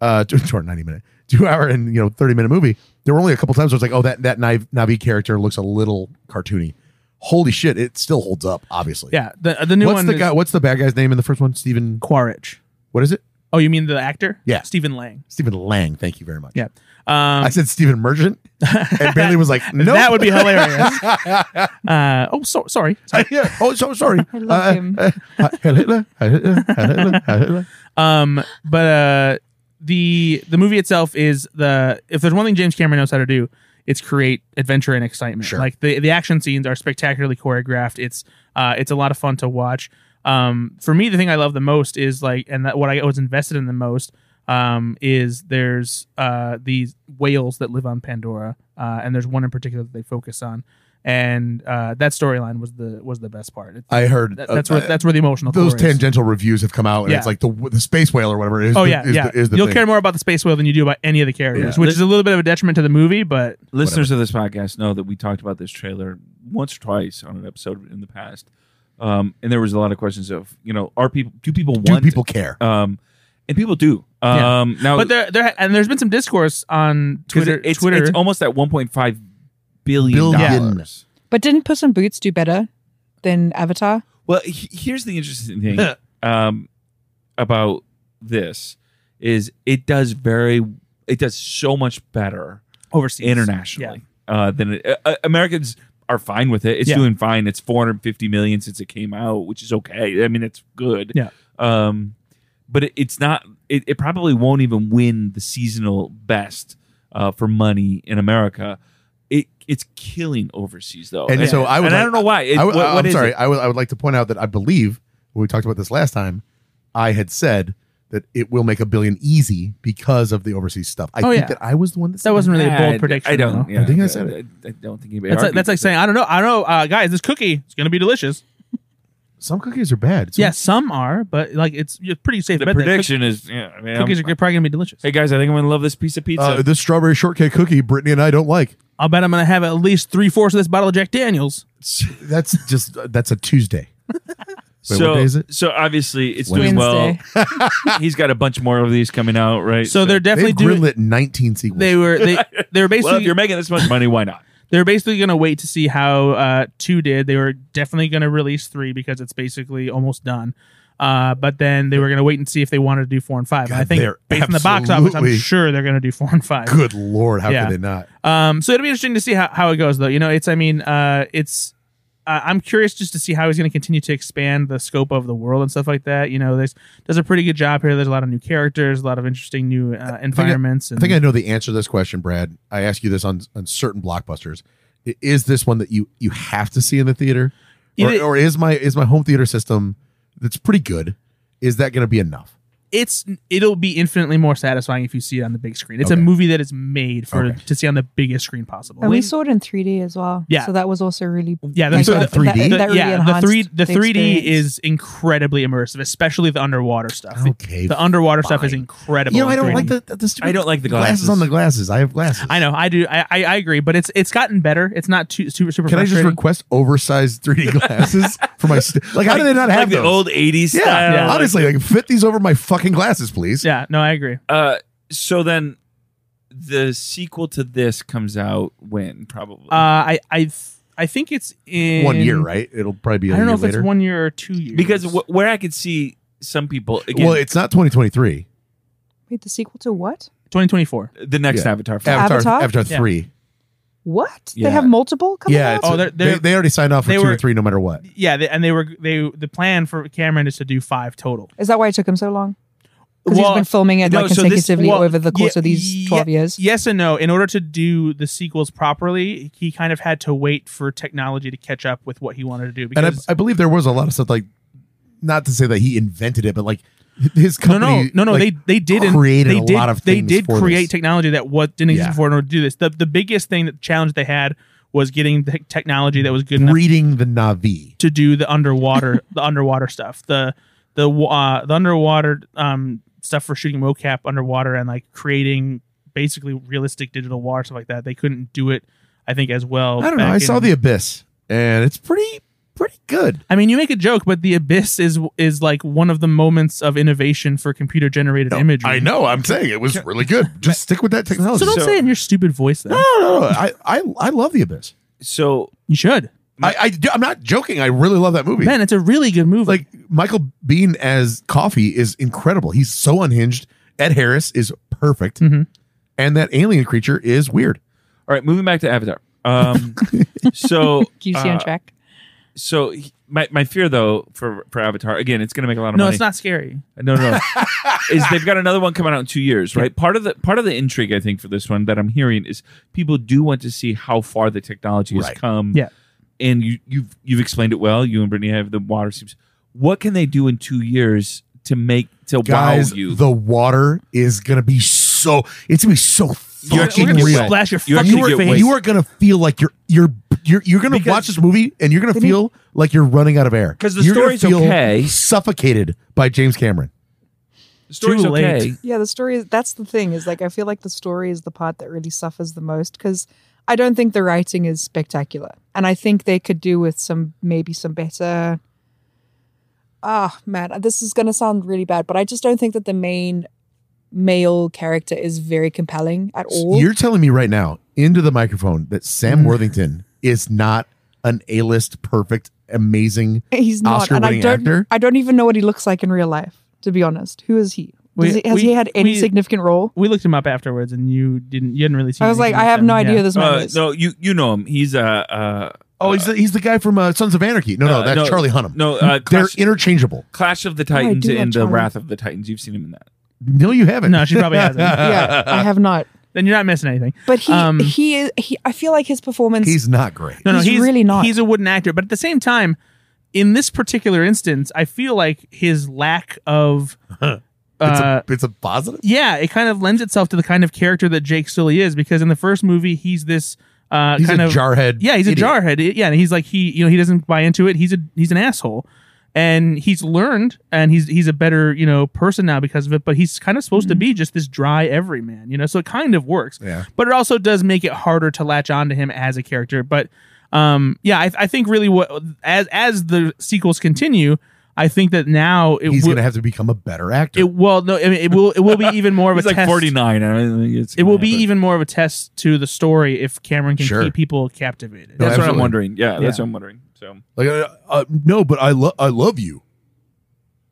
Speaker 2: uh two, two hour and 90 minute two hour and you know 30 minute movie there were only a couple times where it's like oh that that Nav- navi character looks a little cartoony holy shit it still holds up obviously
Speaker 3: Yeah, the uh, the new
Speaker 2: what's
Speaker 3: one
Speaker 2: the
Speaker 3: is
Speaker 2: guy what's the bad guy's name in the first one stephen
Speaker 3: Quaritch.
Speaker 2: what is it
Speaker 3: Oh, you mean the actor?
Speaker 2: Yeah.
Speaker 3: Stephen Lang.
Speaker 2: stephen lang thank you very much
Speaker 3: Yeah.
Speaker 2: i
Speaker 3: Um,
Speaker 2: said stephen
Speaker 3: *laughs*
Speaker 2: merchant and bailey was like *laughs* no
Speaker 3: That would
Speaker 2: *laughs*
Speaker 3: be hilarious. uh, oh, so, sorry. sorry.
Speaker 2: yeah. Oh, so sorry.
Speaker 5: I love
Speaker 2: Uh,
Speaker 5: him.
Speaker 2: uh, uh, Heil Hitler, Heil Hitler, Heil Hitler, Heil Hitler.
Speaker 3: Um, but uh, the the movie itself is the if there's one thing James Cameron knows how to do, it's create adventure and excitement.
Speaker 2: Sure.
Speaker 3: Like the the action scenes are spectacularly choreographed. It's uh, it's a lot of fun to watch. Um, for me, the thing I love the most is like, and that what I was invested in the most um, is there's uh, these whales that live on Pandora, uh, and there's one in particular that they focus on, and uh, that storyline was the was the best part. It,
Speaker 2: I heard
Speaker 3: that,
Speaker 2: uh,
Speaker 3: that's where that's where the emotional
Speaker 2: those
Speaker 3: core is.
Speaker 2: tangential reviews have come out, and
Speaker 3: Yeah.
Speaker 2: it's like the the space whale or whatever. Is
Speaker 3: Oh
Speaker 2: the,
Speaker 3: yeah,
Speaker 2: is
Speaker 3: yeah.
Speaker 2: The, is the
Speaker 3: You'll
Speaker 2: thing.
Speaker 3: care more about the space whale than you do about any of the characters,
Speaker 4: Yeah.
Speaker 3: which is a little bit of a detriment to the movie. But
Speaker 4: Listeners of this podcast know that we talked about this trailer once or twice on an episode in the past. Um, and there was a lot of questions of, you know, are people do people
Speaker 2: Do
Speaker 4: want
Speaker 2: people care?
Speaker 4: um and people do.
Speaker 3: Yeah.
Speaker 4: Um now
Speaker 3: but there, there, and there's been some discourse on
Speaker 4: 'cause
Speaker 3: Twitter.
Speaker 4: it- it's,
Speaker 3: Twitter.
Speaker 4: it's almost at 1.5 billion,
Speaker 2: Billion.
Speaker 4: dollars.
Speaker 5: But didn't Puss in Boots do better than Avatar?
Speaker 4: Well, he- here's the interesting thing
Speaker 3: *laughs*
Speaker 4: um, about this is it does very it does so much better
Speaker 3: overseas.
Speaker 4: internationally uh, than it, uh, uh, Americans are fine with it. It's
Speaker 3: Yeah.
Speaker 4: doing fine. It's 450 million since it came out, which is okay. I mean, it's good.
Speaker 3: Yeah.
Speaker 4: Um, but it, it's not. It, it probably won't even win the seasonal best uh, for money in America. It it's killing overseas though,
Speaker 2: And so I would
Speaker 4: and I
Speaker 2: like-
Speaker 4: don't know why. It,
Speaker 2: I,
Speaker 4: what- what
Speaker 2: am
Speaker 4: is
Speaker 2: sorry.
Speaker 4: it?
Speaker 2: I would I would like to point out that I believe when we talked about this last time, I had said that it will make a billion easy because of the overseas stuff. I
Speaker 3: Oh,
Speaker 2: think
Speaker 3: yeah.
Speaker 2: that I was the one that,
Speaker 3: That wasn't really a bold
Speaker 4: I-
Speaker 3: prediction.
Speaker 4: I don't.
Speaker 3: though.
Speaker 4: yeah,
Speaker 2: I think I said
Speaker 4: I, I don't think anybody.
Speaker 3: That's like,
Speaker 4: argued
Speaker 3: that's like
Speaker 4: with
Speaker 3: saying I don't know. I don't know, uh, guys. This cookie it's gonna be
Speaker 4: *laughs*
Speaker 3: delicious.
Speaker 2: some cookies are bad. Some-
Speaker 3: yeah, some are, but like it's, it's pretty safe.
Speaker 4: the
Speaker 3: bet that
Speaker 4: prediction is. Yeah, I mean,
Speaker 3: cook- cookies
Speaker 4: I'm-
Speaker 3: are probably gonna be delicious.
Speaker 4: Hey guys, I think I'm gonna love this piece of pizza.
Speaker 2: Uh, this strawberry shortcake cookie, Brittany and I don't like.
Speaker 3: I'll bet I'm gonna have at least three fourths of this bottle of Jack Daniels.
Speaker 2: That's just that's a Tuesday. Wait,
Speaker 4: so,
Speaker 2: what day is it?
Speaker 4: so obviously it's doing
Speaker 5: Wednesday.
Speaker 4: well.
Speaker 3: *laughs*
Speaker 4: He's got a bunch more of these coming out, right?
Speaker 3: So they're definitely
Speaker 2: They've
Speaker 3: doing.
Speaker 2: greenlit 19 sequels.
Speaker 3: They were
Speaker 4: *laughs*
Speaker 3: they they were
Speaker 4: well, if
Speaker 3: basically
Speaker 4: you're making this much money, why not?
Speaker 3: they're basically gonna wait to see how uh, two did. They were definitely gonna release three because it's basically almost done. Uh, but then they were gonna wait and see if they wanted to do four and five.
Speaker 2: God,
Speaker 3: I think
Speaker 2: they're
Speaker 3: based on the box office, I'm
Speaker 2: absolutely-
Speaker 3: sure they're gonna do four and five.
Speaker 2: Good lord, how
Speaker 3: Yeah.
Speaker 2: could they not?
Speaker 3: Um, so it'll be interesting to see how, how it goes, though. You know, it's I mean, uh, it's uh, I'm curious just to see how he's going to continue to expand the scope of the world and stuff like that. You know, there's does a pretty good job here. There's a lot of new characters, a lot of interesting new uh, environments.
Speaker 2: I think I know the answer to this question, Brad. I ask you this on, on certain blockbusters. I- Is this one that you you have to see in the theater, or,
Speaker 3: Either-
Speaker 2: or is my is my home theater system that's pretty good? Is that going to be enough?
Speaker 3: it's it'll be infinitely more satisfying if you see it on the big screen. It's a
Speaker 2: Okay.
Speaker 3: movie that is made for
Speaker 2: Okay.
Speaker 3: to see on the biggest screen possible.
Speaker 5: and we
Speaker 3: When-
Speaker 5: saw it in 3D as well.
Speaker 3: Yeah.
Speaker 5: So that was also really.
Speaker 3: yeah, that's
Speaker 2: saw it in
Speaker 3: the,
Speaker 5: that- that-
Speaker 2: 3D?
Speaker 5: that really
Speaker 3: yeah, the
Speaker 5: enhanced
Speaker 3: three the three D
Speaker 5: experience.
Speaker 3: is incredibly immersive, especially the underwater stuff. The-
Speaker 2: Okay,
Speaker 3: The underwater stuff is
Speaker 2: Oh, fine.
Speaker 3: incredible.
Speaker 2: you know I
Speaker 3: in
Speaker 2: don't
Speaker 3: 3D.
Speaker 2: like the, the, the stupid
Speaker 4: I don't like the
Speaker 2: glasses.
Speaker 4: glasses.
Speaker 2: on the glasses. I have glasses.
Speaker 3: I know, I do. I, I, I agree, but it's it's gotten better. It's not too super super.
Speaker 2: Can I just
Speaker 3: frustrating.
Speaker 2: request oversized
Speaker 3: *laughs*
Speaker 2: 3D glasses for my st- like? How do they not
Speaker 4: like
Speaker 2: have
Speaker 4: the
Speaker 2: those?
Speaker 4: old '80s
Speaker 2: yeah,
Speaker 4: style?
Speaker 3: yeah.
Speaker 4: like-
Speaker 2: honestly, like fit these over my fucking glasses, please.
Speaker 3: Yeah, no, I agree.
Speaker 4: Uh, so then, the sequel to this comes out when probably.
Speaker 3: Uh, I I I think it's in
Speaker 2: One year, right? It'll probably be.
Speaker 3: I
Speaker 2: a
Speaker 3: don't know
Speaker 2: year
Speaker 3: if
Speaker 2: later.
Speaker 3: it's one year or two years
Speaker 4: because wh- where I could see some people again,
Speaker 2: Well, it's not 2023.
Speaker 5: Wait, the sequel to what?
Speaker 3: 2024.
Speaker 4: the next
Speaker 2: yeah.
Speaker 4: Avatar. film.
Speaker 2: Avatar, Avatar,
Speaker 5: Avatar?
Speaker 3: Yeah.
Speaker 2: three.
Speaker 5: What?
Speaker 4: Yeah.
Speaker 5: They have multiple coming
Speaker 2: Yeah,
Speaker 5: out?
Speaker 2: it's
Speaker 3: Oh,
Speaker 2: a-
Speaker 3: they're-
Speaker 2: they
Speaker 3: they're-
Speaker 2: they already signed off for
Speaker 3: they
Speaker 2: two
Speaker 3: were-
Speaker 2: or three, no matter what.
Speaker 3: Yeah, they, and they were they the plan for Cameron is to do five total.
Speaker 5: Is that why it took him so long? Because
Speaker 3: Well,
Speaker 5: he's been filming it
Speaker 4: no,
Speaker 5: like
Speaker 4: so this-
Speaker 5: consecutively
Speaker 3: well,
Speaker 5: over the course
Speaker 3: yeah,
Speaker 5: of these
Speaker 3: yeah,
Speaker 5: 12 years.
Speaker 3: Yes and no. In order to do the sequels properly, he kind of had to wait for technology to catch up with what he wanted to do.
Speaker 2: And I,
Speaker 3: Because
Speaker 2: I believe there was a lot of stuff like, not to say that he invented it, but like his
Speaker 3: no,
Speaker 2: company.
Speaker 3: no, no, no.
Speaker 2: like,
Speaker 3: they they did in-
Speaker 2: created
Speaker 3: they
Speaker 2: a
Speaker 3: did,
Speaker 2: lot of
Speaker 3: they
Speaker 2: things
Speaker 3: did
Speaker 2: for
Speaker 3: create
Speaker 2: this.
Speaker 3: technology that what didn't exist
Speaker 2: Yeah.
Speaker 3: before in order to do this. The the biggest thing that challenge they had was getting the technology that was good enough
Speaker 2: breeding the Navi.
Speaker 3: to do
Speaker 2: *laughs*
Speaker 3: the underwater the underwater stuff the the uh, the underwater um, stuff for shooting mocap underwater and like creating basically realistic digital water stuff like that they couldn't do it I think as well
Speaker 2: I don't know.
Speaker 3: back
Speaker 2: I saw
Speaker 3: in-
Speaker 2: the Abyss, and it's pretty pretty good.
Speaker 3: I mean you make a joke but the abyss is is like one of the moments of innovation for computer generated imagery
Speaker 2: I know. I'm saying it was really
Speaker 3: *laughs*
Speaker 2: good. Just stick with that technology.
Speaker 3: so don't
Speaker 4: So-
Speaker 3: say it in your stupid voice
Speaker 2: no,
Speaker 3: then
Speaker 2: no, no. I, I, I love the Abyss.
Speaker 4: so
Speaker 3: you should
Speaker 2: I, I, I'm not joking. I really love that movie.
Speaker 3: man it's a really good movie
Speaker 2: like Michael Bean as Coffee is incredible. He's so unhinged. Ed Harris is perfect,
Speaker 4: Mm-hmm.
Speaker 3: Mhm.
Speaker 2: and that alien creature is weird.
Speaker 4: all right, moving back to Avatar.
Speaker 2: *laughs*
Speaker 4: Um, so
Speaker 5: QC
Speaker 4: uh,
Speaker 5: on track.
Speaker 4: So he- my, my fear though for for Avatar again, it's going to make a lot of
Speaker 3: no
Speaker 4: money.
Speaker 3: it's not scary
Speaker 4: No, no, no. is they've got another one coming out in two years, right? Part of the part of the intrigue, I think, for this one that I'm hearing is people do want to see how far the technology has
Speaker 2: Right.
Speaker 4: come.
Speaker 3: Yeah.
Speaker 4: and you, you've you've explained it well. You and Brittany have the water seems. What can they do in two years to make to
Speaker 2: Guys,
Speaker 4: wow you?
Speaker 2: the water is gonna be so. It's gonna be so
Speaker 4: You're
Speaker 3: We're
Speaker 4: actually
Speaker 2: fucking
Speaker 3: gonna
Speaker 4: get
Speaker 2: real.
Speaker 4: wet.
Speaker 3: splash your
Speaker 4: You
Speaker 3: fucking
Speaker 4: actually get
Speaker 3: face.
Speaker 4: wasted.
Speaker 2: You are gonna feel like you're you're you're you're gonna
Speaker 4: Because-
Speaker 2: watch this movie and you're gonna
Speaker 5: They need-
Speaker 2: feel like you're running out of air
Speaker 4: 'Cause the
Speaker 2: You're gonna
Speaker 4: story's
Speaker 2: feel
Speaker 4: okay.
Speaker 2: Suffocated by James Cameron.
Speaker 4: The story's
Speaker 3: Too late.
Speaker 4: okay.
Speaker 5: Yeah, the story is that's the thing is like I feel like the story is the part that really suffers the most because I don't think the writing is spectacular, and I think they could do with some maybe some better. Ah, man, this is gonna sound really bad, but I just don't think that the main male character is very compelling at
Speaker 4: Oh.
Speaker 5: all.
Speaker 2: You're telling me right now into the microphone that
Speaker 4: Mm.
Speaker 2: Sam Worthington is not an A-list, perfect, amazing
Speaker 5: *laughs* He's not, and I
Speaker 2: Oscar-winning
Speaker 5: don't.
Speaker 2: actor?
Speaker 5: I don't even know what he looks like in real life. To be honest, who is he?
Speaker 3: We-
Speaker 5: Does he has
Speaker 3: we-
Speaker 5: he had any
Speaker 3: we-
Speaker 5: significant role?
Speaker 3: we looked him up afterwards and you didn't you hadn't really seen
Speaker 5: I was like,
Speaker 3: anything
Speaker 5: I
Speaker 3: with
Speaker 5: have
Speaker 3: him.
Speaker 5: no idea
Speaker 3: Yeah.
Speaker 5: who this man
Speaker 4: Uh,
Speaker 5: is.
Speaker 4: no, you you know him. He's uh, uh
Speaker 2: Oh, he's the, he's the guy from uh, Sons of Anarchy. No, no,
Speaker 4: Uh,
Speaker 2: that's
Speaker 4: no.
Speaker 2: Charlie Hunnam.
Speaker 4: no uh,
Speaker 2: They're
Speaker 4: Clash,
Speaker 2: interchangeable.
Speaker 4: Clash of the
Speaker 5: I do
Speaker 4: Titans
Speaker 5: love
Speaker 4: and the
Speaker 5: Charlie.
Speaker 4: Wrath of the Titans. You've seen him in that.
Speaker 2: No, you haven't.
Speaker 3: *laughs* No,
Speaker 2: *laughs*
Speaker 3: she probably hasn't.
Speaker 5: yeah, I have not.
Speaker 3: then you're not missing anything.
Speaker 5: But he
Speaker 3: Um,
Speaker 5: he is he. I feel like his performance.
Speaker 2: He's not great.
Speaker 3: No, no,
Speaker 5: He's really not.
Speaker 3: He's a wooden actor, but at the same time, in this particular instance, I feel like his lack of
Speaker 2: *laughs* It's,
Speaker 3: uh,
Speaker 2: a, it's a positive.
Speaker 3: yeah, it kind of lends itself to the kind of character that Jake Sully is because in the first movie he's this uh,
Speaker 2: He's
Speaker 3: kind
Speaker 2: a
Speaker 3: of
Speaker 2: jarhead.
Speaker 3: yeah he's a
Speaker 2: idiot.
Speaker 3: jarhead yeah and he's like he you know he doesn't buy into it he's a he's an asshole and he's learned and he's he's a better you know person now because of it but he's kind of supposed to
Speaker 4: Mm-hmm.
Speaker 3: be just this dry everyman you know so it kind of works
Speaker 2: Yeah.
Speaker 3: but it also does make it harder to latch onto him as a character. But um, yeah, I, I think really what as as the sequels continue, I think that now it
Speaker 2: He's
Speaker 3: will
Speaker 2: going to have to become a better actor.
Speaker 3: it well no I mean, it will
Speaker 2: *laughs*
Speaker 3: it will be even more of a
Speaker 4: He's like
Speaker 3: test.
Speaker 4: 49. I don't think it's
Speaker 3: It will
Speaker 4: gonna
Speaker 3: be
Speaker 4: happen.
Speaker 3: even more of a test to the story if Cameron can
Speaker 2: Sure.
Speaker 3: keep people captivated.
Speaker 2: No,
Speaker 4: That's what I'm
Speaker 2: absolutely.
Speaker 4: wondering. Yeah, that's
Speaker 3: Yeah.
Speaker 4: what I'm wondering. So
Speaker 2: like, uh, uh, no, but I love I love you.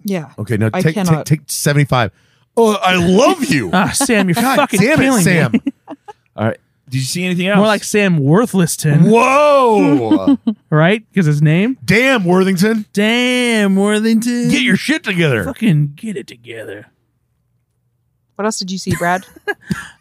Speaker 5: Yeah.
Speaker 2: Okay, now
Speaker 5: I
Speaker 2: take take,
Speaker 5: cannot.
Speaker 2: take seventy five. Oh, I love
Speaker 3: *laughs*
Speaker 2: you.
Speaker 3: Ah, Sam,
Speaker 2: *laughs*
Speaker 3: you're
Speaker 2: God
Speaker 3: fucking
Speaker 2: damn
Speaker 3: killing
Speaker 2: it, Sam.
Speaker 3: *laughs*
Speaker 4: all right. Did you see anything
Speaker 3: me.
Speaker 4: else?
Speaker 3: More like Sam Worthleston,
Speaker 2: Whoa,
Speaker 3: right? Because his name.
Speaker 2: damn Worthington,
Speaker 3: Damn Worthington.
Speaker 2: get your shit together.
Speaker 3: fucking get it together.
Speaker 5: What else did you see, Brad?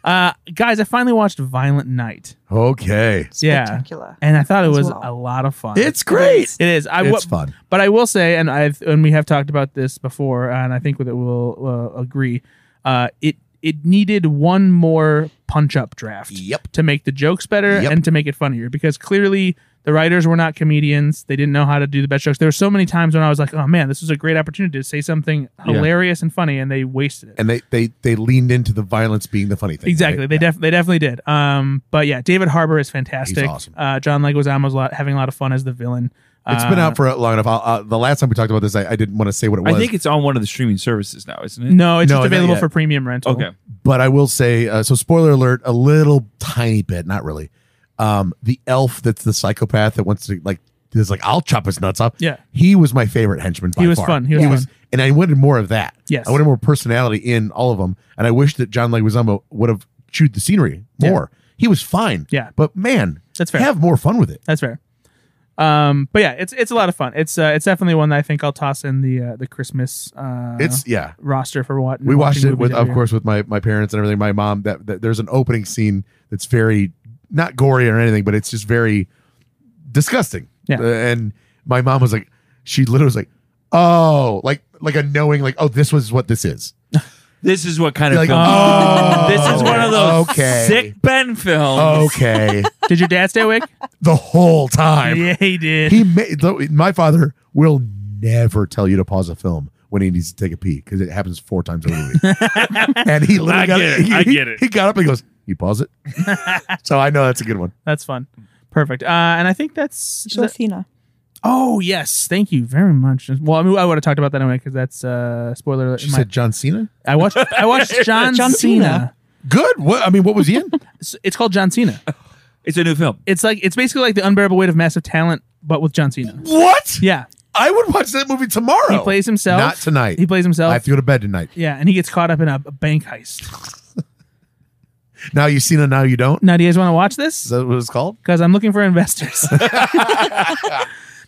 Speaker 3: Uh, guys, I finally watched Violent Night.
Speaker 2: Okay,
Speaker 3: *laughs* Yeah.
Speaker 5: Spectacular.
Speaker 3: and I thought it
Speaker 5: as
Speaker 3: was
Speaker 5: well.
Speaker 3: a lot of fun.
Speaker 2: it's great.
Speaker 3: it is. I
Speaker 2: It's
Speaker 3: wa-
Speaker 2: fun.
Speaker 3: but I will say, and I've and we have talked about this before, and I think that we'll uh, agree. Uh, it it needed one more punch up draft.
Speaker 2: Yep.
Speaker 3: To make the jokes better
Speaker 2: Yep.
Speaker 3: and to make it funnier, because clearly the writers were not comedians. They didn't know how to do the best jokes. There were so many times when I was like, "Oh man, this was a great opportunity to say something hilarious and funny," and they wasted it.
Speaker 2: And they they they leaned into the violence being the funny thing.
Speaker 3: Exactly.
Speaker 2: right?
Speaker 3: They def- they definitely did. Um, but yeah, David Harbour is fantastic.
Speaker 2: awesome.
Speaker 3: Uh, John Leguizamo's a lot, having a lot of fun as the villain.
Speaker 2: It's
Speaker 3: uh,
Speaker 2: been out for long enough. I'll, uh, the last time we talked about this, I, I didn't want to say what it was.
Speaker 4: I think it's on one of the streaming services now, isn't it?
Speaker 3: No, it's
Speaker 2: No,
Speaker 3: just
Speaker 2: not
Speaker 3: available
Speaker 2: yet.
Speaker 3: for premium rental.
Speaker 4: Okay.
Speaker 2: but I will say, uh, so spoiler alert, a little tiny bit, not really. Um, the elf that's the psychopath that wants to like, is like, I'll chop his nuts off.
Speaker 3: Yeah.
Speaker 2: he was my favorite henchman. By
Speaker 3: He was
Speaker 2: far.
Speaker 3: fun. He was
Speaker 5: Yeah.
Speaker 3: fun.
Speaker 2: and I wanted more of that.
Speaker 3: Yes.
Speaker 2: I wanted more personality in all of them, and I wish that John Leguizamo would have chewed the scenery
Speaker 3: Yeah.
Speaker 2: more. He was fine.
Speaker 3: Yeah.
Speaker 2: but man,
Speaker 3: That's fair.
Speaker 2: have more fun with it.
Speaker 3: That's fair. Um, but yeah, it's it's a lot of fun. It's uh, it's definitely one that I think I'll toss in the uh, the Christmas uh,
Speaker 2: It's yeah.
Speaker 3: roster for what
Speaker 2: We watched it with, of
Speaker 3: course.
Speaker 2: course, with my my parents and everything. My mom. That, that there's an opening scene that's very not gory or anything, but it's just very disgusting.
Speaker 3: Yeah.
Speaker 2: Uh, and my mom was like, she literally was like, oh, like like a knowing, like oh, this was what this is.
Speaker 4: This is what kind of
Speaker 2: Like,
Speaker 4: film.
Speaker 2: oh,
Speaker 4: *laughs* this is one of those
Speaker 2: okay. Oh.
Speaker 4: sick Ben films.
Speaker 2: Okay, *laughs*
Speaker 3: Did your dad stay awake?
Speaker 2: the whole time.
Speaker 3: yeah, he did.
Speaker 2: he made my father will never tell you to pause a film when he needs to take a pee because it happens four times a
Speaker 4: *laughs*
Speaker 2: movie. and he literally
Speaker 4: I
Speaker 2: got
Speaker 4: get
Speaker 2: up-
Speaker 4: it.
Speaker 2: He,
Speaker 4: I get it.
Speaker 2: He got up and goes, "You pause
Speaker 4: *laughs*
Speaker 2: it." so I know that's a good one.
Speaker 3: That's fun. Perfect. Uh, and I think that's
Speaker 5: You saw Athena.
Speaker 3: oh yes, thank you very much. Well, I mean, I would have talked about that anyway because that's uh, spoiler. alert.
Speaker 2: She
Speaker 3: in my-
Speaker 2: said, "John Cena."
Speaker 3: I watched
Speaker 2: *laughs*
Speaker 3: I watched John,
Speaker 5: John Cena.
Speaker 3: Cena.
Speaker 2: Good. What I mean, what was he
Speaker 3: *laughs*
Speaker 2: in?
Speaker 3: S- It's called John Cena.
Speaker 4: It's a new film.
Speaker 3: It's like it's basically like the unbearable weight of massive talent, but with John Cena.
Speaker 2: what?
Speaker 3: Yeah,
Speaker 2: I would watch that movie tomorrow.
Speaker 3: he plays himself.
Speaker 2: Not tonight.
Speaker 3: He plays himself.
Speaker 2: I have to go to bed tonight.
Speaker 3: yeah, and he gets caught up in a, a bank heist.
Speaker 2: Now you seen it. Now you don't.
Speaker 3: Now, do you guys want to watch
Speaker 2: Is
Speaker 3: this?
Speaker 2: that what it's
Speaker 3: *laughs*
Speaker 2: called?
Speaker 3: Because I'm looking for
Speaker 2: *laughs*
Speaker 3: investors. *laughs*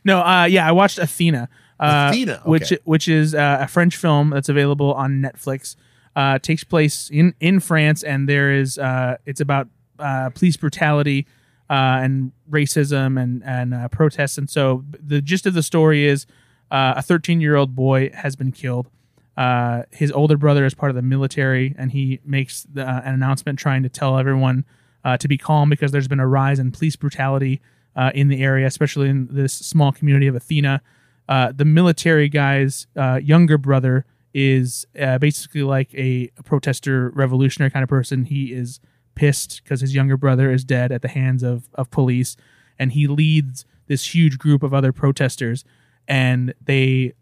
Speaker 3: no, uh, yeah, I watched Athena, uh,
Speaker 2: Athena, okay.
Speaker 3: which which is uh, a French film that's available on Netflix. Uh, it takes place in in France, and there is uh, it's about uh, police brutality uh, and racism and and uh, protests. And so the gist of the story is uh, a 13 year old boy has been killed. Uh, his older brother is part of the military, and he makes the, uh, an announcement trying to tell everyone uh, to be calm because there's been a rise in police brutality uh, in the area, especially in this small community of Athena. Uh, the military guy's uh, younger brother is uh, basically like a, a protester, revolutionary kind of person. He is pissed because his younger brother is dead at the hands of, of police, and he leads this huge group of other protesters, and they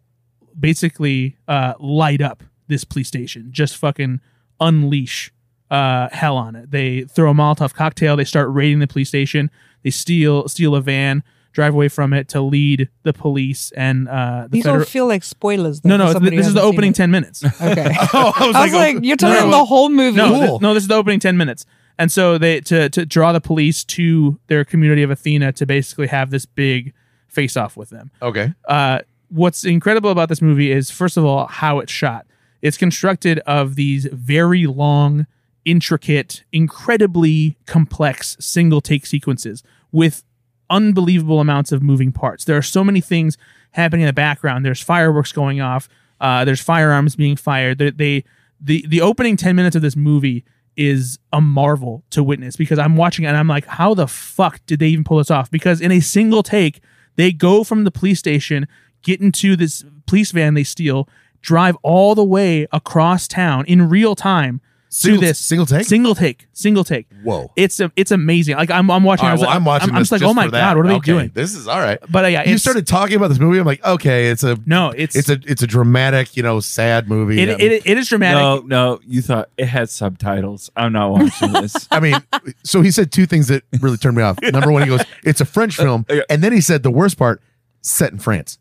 Speaker 3: basically uh, light up this police station, just fucking unleash uh, hell on it. They throw a Molotov cocktail. They start raiding the police station. They steal steal a van, drive away from it to lead the police and uh, the
Speaker 5: These all
Speaker 3: federal.
Speaker 5: feel like spoilers. Though,
Speaker 3: No,
Speaker 5: for
Speaker 3: no,
Speaker 5: somebody
Speaker 3: th- this
Speaker 5: who
Speaker 3: is the
Speaker 5: hasn't
Speaker 3: opening
Speaker 5: seen
Speaker 3: ten minutes.
Speaker 5: it.
Speaker 3: *laughs*
Speaker 5: Okay.
Speaker 2: Oh, I was
Speaker 5: I was like, you're telling
Speaker 3: no.
Speaker 5: the whole movie.
Speaker 3: No,
Speaker 2: Cool.
Speaker 3: th- no, this is the opening ten minutes. And so they to to draw the police to their community of Athena to basically have this big face off with them.
Speaker 2: okay.
Speaker 3: Uh, what's incredible about this movie is first of all how it's shot. It's constructed of these very long, intricate, incredibly complex single take sequences with unbelievable amounts of moving parts. There are so many things happening in the background. There's fireworks going off. Uh, there's firearms being fired. They, they the the opening 10 minutes of this movie is a marvel to witness because I'm watching it and I'm like, how the fuck did they even pull this off? Because in a single take, they go from the police station, get into this police van they steal, drive all the way across town in real time.
Speaker 2: Single-
Speaker 3: to this
Speaker 2: single take?
Speaker 3: single take, single take.
Speaker 2: Whoa.
Speaker 3: It's a, it's amazing. Like I'm, I'm watching.
Speaker 2: All
Speaker 3: I
Speaker 2: right,
Speaker 3: was
Speaker 2: well,
Speaker 3: like,
Speaker 2: I'm watching
Speaker 3: I'm,
Speaker 2: this
Speaker 3: just like,
Speaker 2: just
Speaker 3: oh my
Speaker 2: for that.
Speaker 3: god, what are they
Speaker 2: Okay,
Speaker 3: doing?
Speaker 2: This is all right.
Speaker 3: But uh, yeah,
Speaker 2: you
Speaker 3: it's-
Speaker 2: started talking about this movie. I'm like, okay, it's a
Speaker 3: No, it's
Speaker 2: it's a it's a dramatic, you know, sad movie.
Speaker 3: it,
Speaker 2: Um,
Speaker 3: it, it is dramatic.
Speaker 4: No, no, you thought it had subtitles. I'm not watching this.
Speaker 2: I
Speaker 3: *laughs*
Speaker 2: mean, so he said two things that really turned me off. Number one, he goes, "It's a French
Speaker 3: Uh,
Speaker 2: film,"
Speaker 4: yeah.
Speaker 2: and then he said the worst part, set in
Speaker 3: *laughs*
Speaker 2: France.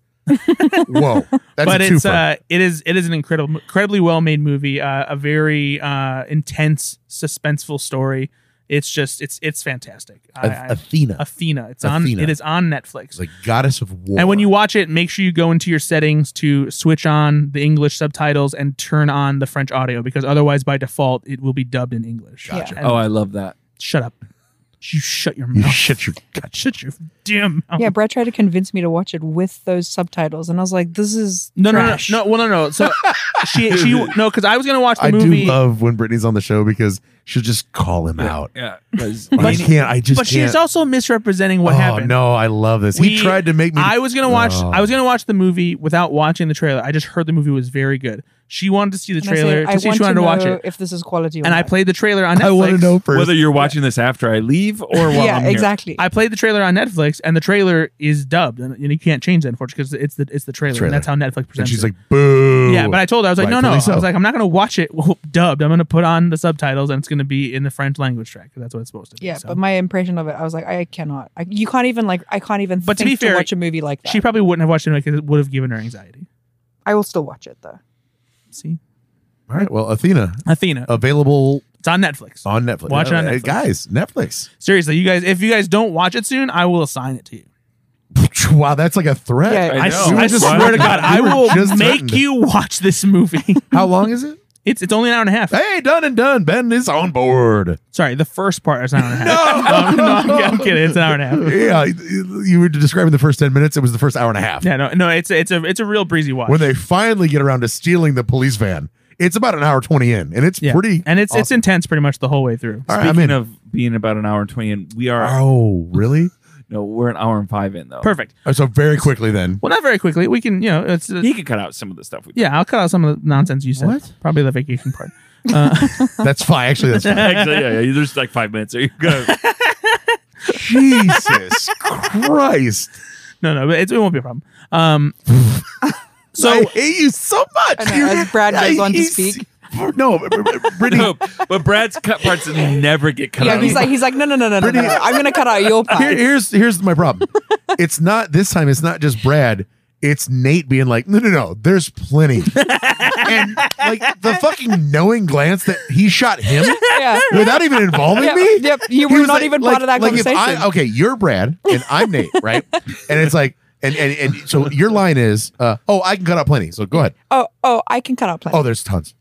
Speaker 2: Whoa, that's
Speaker 3: but
Speaker 2: a
Speaker 3: it's
Speaker 2: twofer.
Speaker 3: uh, it is it is an incredible, incredibly well made movie. Uh, a very uh, intense, suspenseful story. It's just it's it's fantastic. I, I,
Speaker 2: Ath- Athena,
Speaker 3: Athena. It's on.
Speaker 2: Athena.
Speaker 3: It is on Netflix.
Speaker 2: It's like goddess of war.
Speaker 3: and when you watch it, make sure you go into your settings to switch on the English subtitles and turn on the French audio because otherwise, by default, it will be dubbed in English.
Speaker 5: Gotcha.
Speaker 3: And-
Speaker 4: Oh, I love that.
Speaker 3: shut up! You shut your
Speaker 2: you
Speaker 3: *laughs* mouth.
Speaker 2: shut your
Speaker 3: God, shut your damn mouth.
Speaker 5: Yeah, Brad tried to convince me to watch it with those subtitles, and I was like, "This is
Speaker 3: No, no, no,
Speaker 5: trash.
Speaker 3: no, well, no, no. So she,
Speaker 2: *laughs*
Speaker 3: she, no, because I was gonna watch the
Speaker 2: I
Speaker 3: movie.
Speaker 2: do love when Brittany's on the show because she'll just call him out.
Speaker 4: Yeah, *laughs* 'cause
Speaker 2: I
Speaker 4: Nene-
Speaker 2: can't. I just.
Speaker 3: but she
Speaker 2: can't.
Speaker 3: is also misrepresenting what
Speaker 2: oh,
Speaker 3: happened.
Speaker 2: No, I love this.
Speaker 3: We-
Speaker 2: he tried to make me.
Speaker 3: I was gonna watch.
Speaker 2: Oh.
Speaker 3: I was gonna watch the movie without watching the trailer. I just heard the movie was very good. She wanted to see the
Speaker 5: And I said,
Speaker 3: trailer
Speaker 5: I
Speaker 3: to see if
Speaker 5: want
Speaker 3: she wanted to watch
Speaker 5: know
Speaker 3: it,
Speaker 5: if this is quality. Or
Speaker 3: and I
Speaker 5: not.
Speaker 3: played the trailer on Netflix.
Speaker 2: I want to know first.
Speaker 4: whether you're watching this after I leave or while
Speaker 5: yeah,
Speaker 4: I'm here.
Speaker 5: exactly.
Speaker 3: I played the trailer on Netflix, and the trailer is dubbed, and, and you can't change that unfortunately because it's the it's the trailer,
Speaker 2: Trailer.
Speaker 3: and that's how Netflix presents.
Speaker 2: and she's
Speaker 3: it.
Speaker 2: like, "Boo."
Speaker 3: Yeah, but I told her I was like, no, no.
Speaker 2: Rightfully
Speaker 3: I was
Speaker 2: so.
Speaker 3: like, I'm not going to watch it *laughs* dubbed. I'm going to put on the subtitles, and it's going to be in the French language track. 'cause That's what it's supposed to be.
Speaker 5: yeah,
Speaker 3: so.
Speaker 5: but my impression of it, I was like, I cannot. I, you can't even like. I can't even.
Speaker 3: But to
Speaker 5: think
Speaker 3: be fair,
Speaker 5: watch a movie like that.
Speaker 3: she probably wouldn't have watched it because it would have given her anxiety.
Speaker 5: I will still watch it though.
Speaker 3: See,
Speaker 2: All right. Well, Athena
Speaker 3: Athena,
Speaker 2: Oh. available
Speaker 3: it's on Netflix.
Speaker 2: on Netflix.
Speaker 3: Watch it on
Speaker 2: Uh,
Speaker 3: Netflix.
Speaker 2: guys. Netflix. *laughs*
Speaker 3: Seriously, you guys, if you guys don't watch it soon, I will assign it to you.
Speaker 2: Wow, that's like a threat.
Speaker 5: Yeah,
Speaker 4: I
Speaker 3: I,
Speaker 4: know.
Speaker 3: s- I
Speaker 4: We just
Speaker 3: swear to
Speaker 4: threatened.
Speaker 3: God, I
Speaker 2: We were
Speaker 3: will
Speaker 2: just
Speaker 3: make
Speaker 2: threatened.
Speaker 3: you watch this movie.
Speaker 2: How long is it?
Speaker 3: *laughs*
Speaker 2: *laughs*
Speaker 3: it's it's only an hour and a half.
Speaker 2: Hey, done and done. Ben is on
Speaker 3: *laughs*
Speaker 2: board.
Speaker 3: Sorry, the first part is an hour and a
Speaker 2: *laughs*
Speaker 3: half. *laughs* no, no, I'm, I'm kidding. It's an hour and a half.
Speaker 2: Yeah, you you were describing the first ten minutes. It was the first hour and a half
Speaker 3: Yeah, no, no, it's a, it's a it's a real breezy watch.
Speaker 2: when they finally get around to stealing the police van. It's about an hour twenty in, and it's
Speaker 3: yeah.
Speaker 2: pretty.
Speaker 3: and it's it's
Speaker 2: awesome.
Speaker 3: intense pretty much the whole way through.
Speaker 2: All right, I'm
Speaker 4: Speaking
Speaker 2: in.
Speaker 4: of being about an hour and twenty in, we are
Speaker 2: oh, really?
Speaker 4: no, we're an hour and five in though.
Speaker 3: Perfect.
Speaker 2: Oh, So very quickly then.
Speaker 3: Well, not very quickly. We can, you know, it's
Speaker 4: He could cut out some of the stuff we.
Speaker 3: yeah. I'll cut out some of the nonsense you said.
Speaker 2: What?
Speaker 3: Probably the vacation part.
Speaker 2: That's fine. Actually, that's
Speaker 4: *laughs*
Speaker 2: fine.
Speaker 4: Actually, yeah, yeah. There's like five minutes. There you *laughs* go.
Speaker 2: Jesus Christ!
Speaker 3: No, no, but it's, it won't be a problem.
Speaker 2: *laughs*
Speaker 3: Um,
Speaker 2: So I
Speaker 3: so
Speaker 2: hate you so much.
Speaker 5: I know, as Brad goes
Speaker 2: I-
Speaker 5: on to
Speaker 2: he's-
Speaker 5: speak.
Speaker 2: No, Brittany.
Speaker 4: *laughs* no, but Brad's cut parts never get cut
Speaker 5: Yeah,
Speaker 4: out.
Speaker 5: he's like, he's like, no, no, no, no, no, no.
Speaker 2: Pretty-
Speaker 5: no. I'm gonna cut
Speaker 3: *laughs*
Speaker 5: out your part.
Speaker 2: Here- here's here's my problem. it's not this time. It's not just Brad. It's Nate being like, no, no, no. There's plenty, and like the fucking knowing glance that he shot him
Speaker 5: yeah.
Speaker 2: without even involving
Speaker 5: Yep,
Speaker 2: me.
Speaker 5: yep. You
Speaker 2: He
Speaker 5: *laughs* were
Speaker 2: was
Speaker 5: not
Speaker 2: like-
Speaker 5: even
Speaker 2: like-
Speaker 5: part of that
Speaker 2: like if I-
Speaker 5: conversation.
Speaker 2: okay, you're Brad and I'm
Speaker 5: *laughs*
Speaker 2: Nate, right? And it's like, and and, and so your line is, uh, oh, I can cut out plenty. So go ahead.
Speaker 5: oh, oh, I can cut out plenty.
Speaker 2: Oh, there's
Speaker 5: *laughs*
Speaker 2: tons.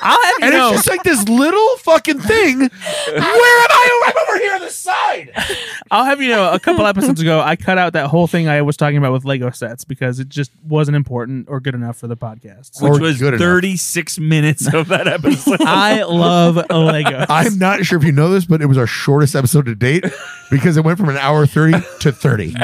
Speaker 3: I'll have you
Speaker 2: And
Speaker 3: know,
Speaker 2: it's just like this little fucking thing. Where am I? I'm over here on the side.
Speaker 3: I'll have you know, a couple episodes ago, I cut out that whole thing I was talking about with Lego sets because it just wasn't important or good enough for the podcast. So
Speaker 4: which
Speaker 2: Or
Speaker 4: was
Speaker 2: good enough. Ah,
Speaker 4: 36 minutes of
Speaker 2: *laughs*
Speaker 4: that episode.
Speaker 3: I love Lego.
Speaker 2: I'm not sure if you know this, but it was our shortest episode to date because it went from an hour 30 to
Speaker 5: *laughs*
Speaker 2: 30.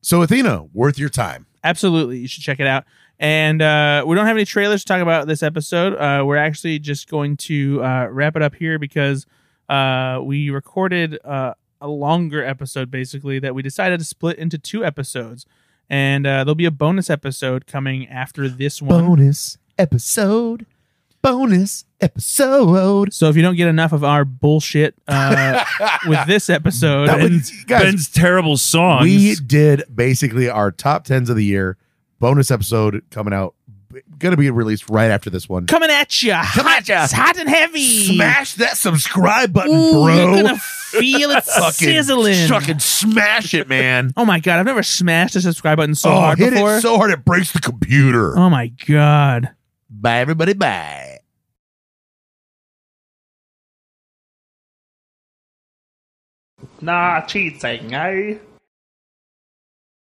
Speaker 2: so, Athena, worth your time.
Speaker 3: Absolutely, you should check it out. And uh, we don't have any trailers to talk about this episode. Uh, we're actually just going to uh, wrap it up here because uh, we recorded uh, a longer episode, basically that we decided to split into two episodes, and uh, there'll be a bonus episode coming after this one.
Speaker 2: Bonus episode. Bonus episode.
Speaker 3: so if you don't get enough of our bullshit
Speaker 2: *laughs*
Speaker 3: uh, with this episode,
Speaker 2: That
Speaker 3: and
Speaker 2: was, guys,
Speaker 4: Ben's terrible songs.
Speaker 2: we did basically our top 10s of the year. Bonus episode coming out. Going to be released right after this one.
Speaker 3: coming at you, hot,
Speaker 2: ya.
Speaker 3: hot and heavy.
Speaker 2: Smash that subscribe button,
Speaker 3: Ooh,
Speaker 2: bro.
Speaker 3: You're gonna feel
Speaker 2: *laughs*
Speaker 3: it sizzling.
Speaker 2: Fucking smash it, man.
Speaker 3: Oh my god, I've never smashed the subscribe button so
Speaker 2: oh,
Speaker 3: hard
Speaker 2: hit
Speaker 3: before.
Speaker 2: it so hard it breaks the computer.
Speaker 3: oh my god.
Speaker 2: Bye, everybody. Bye.
Speaker 1: Nah, cheating, eh?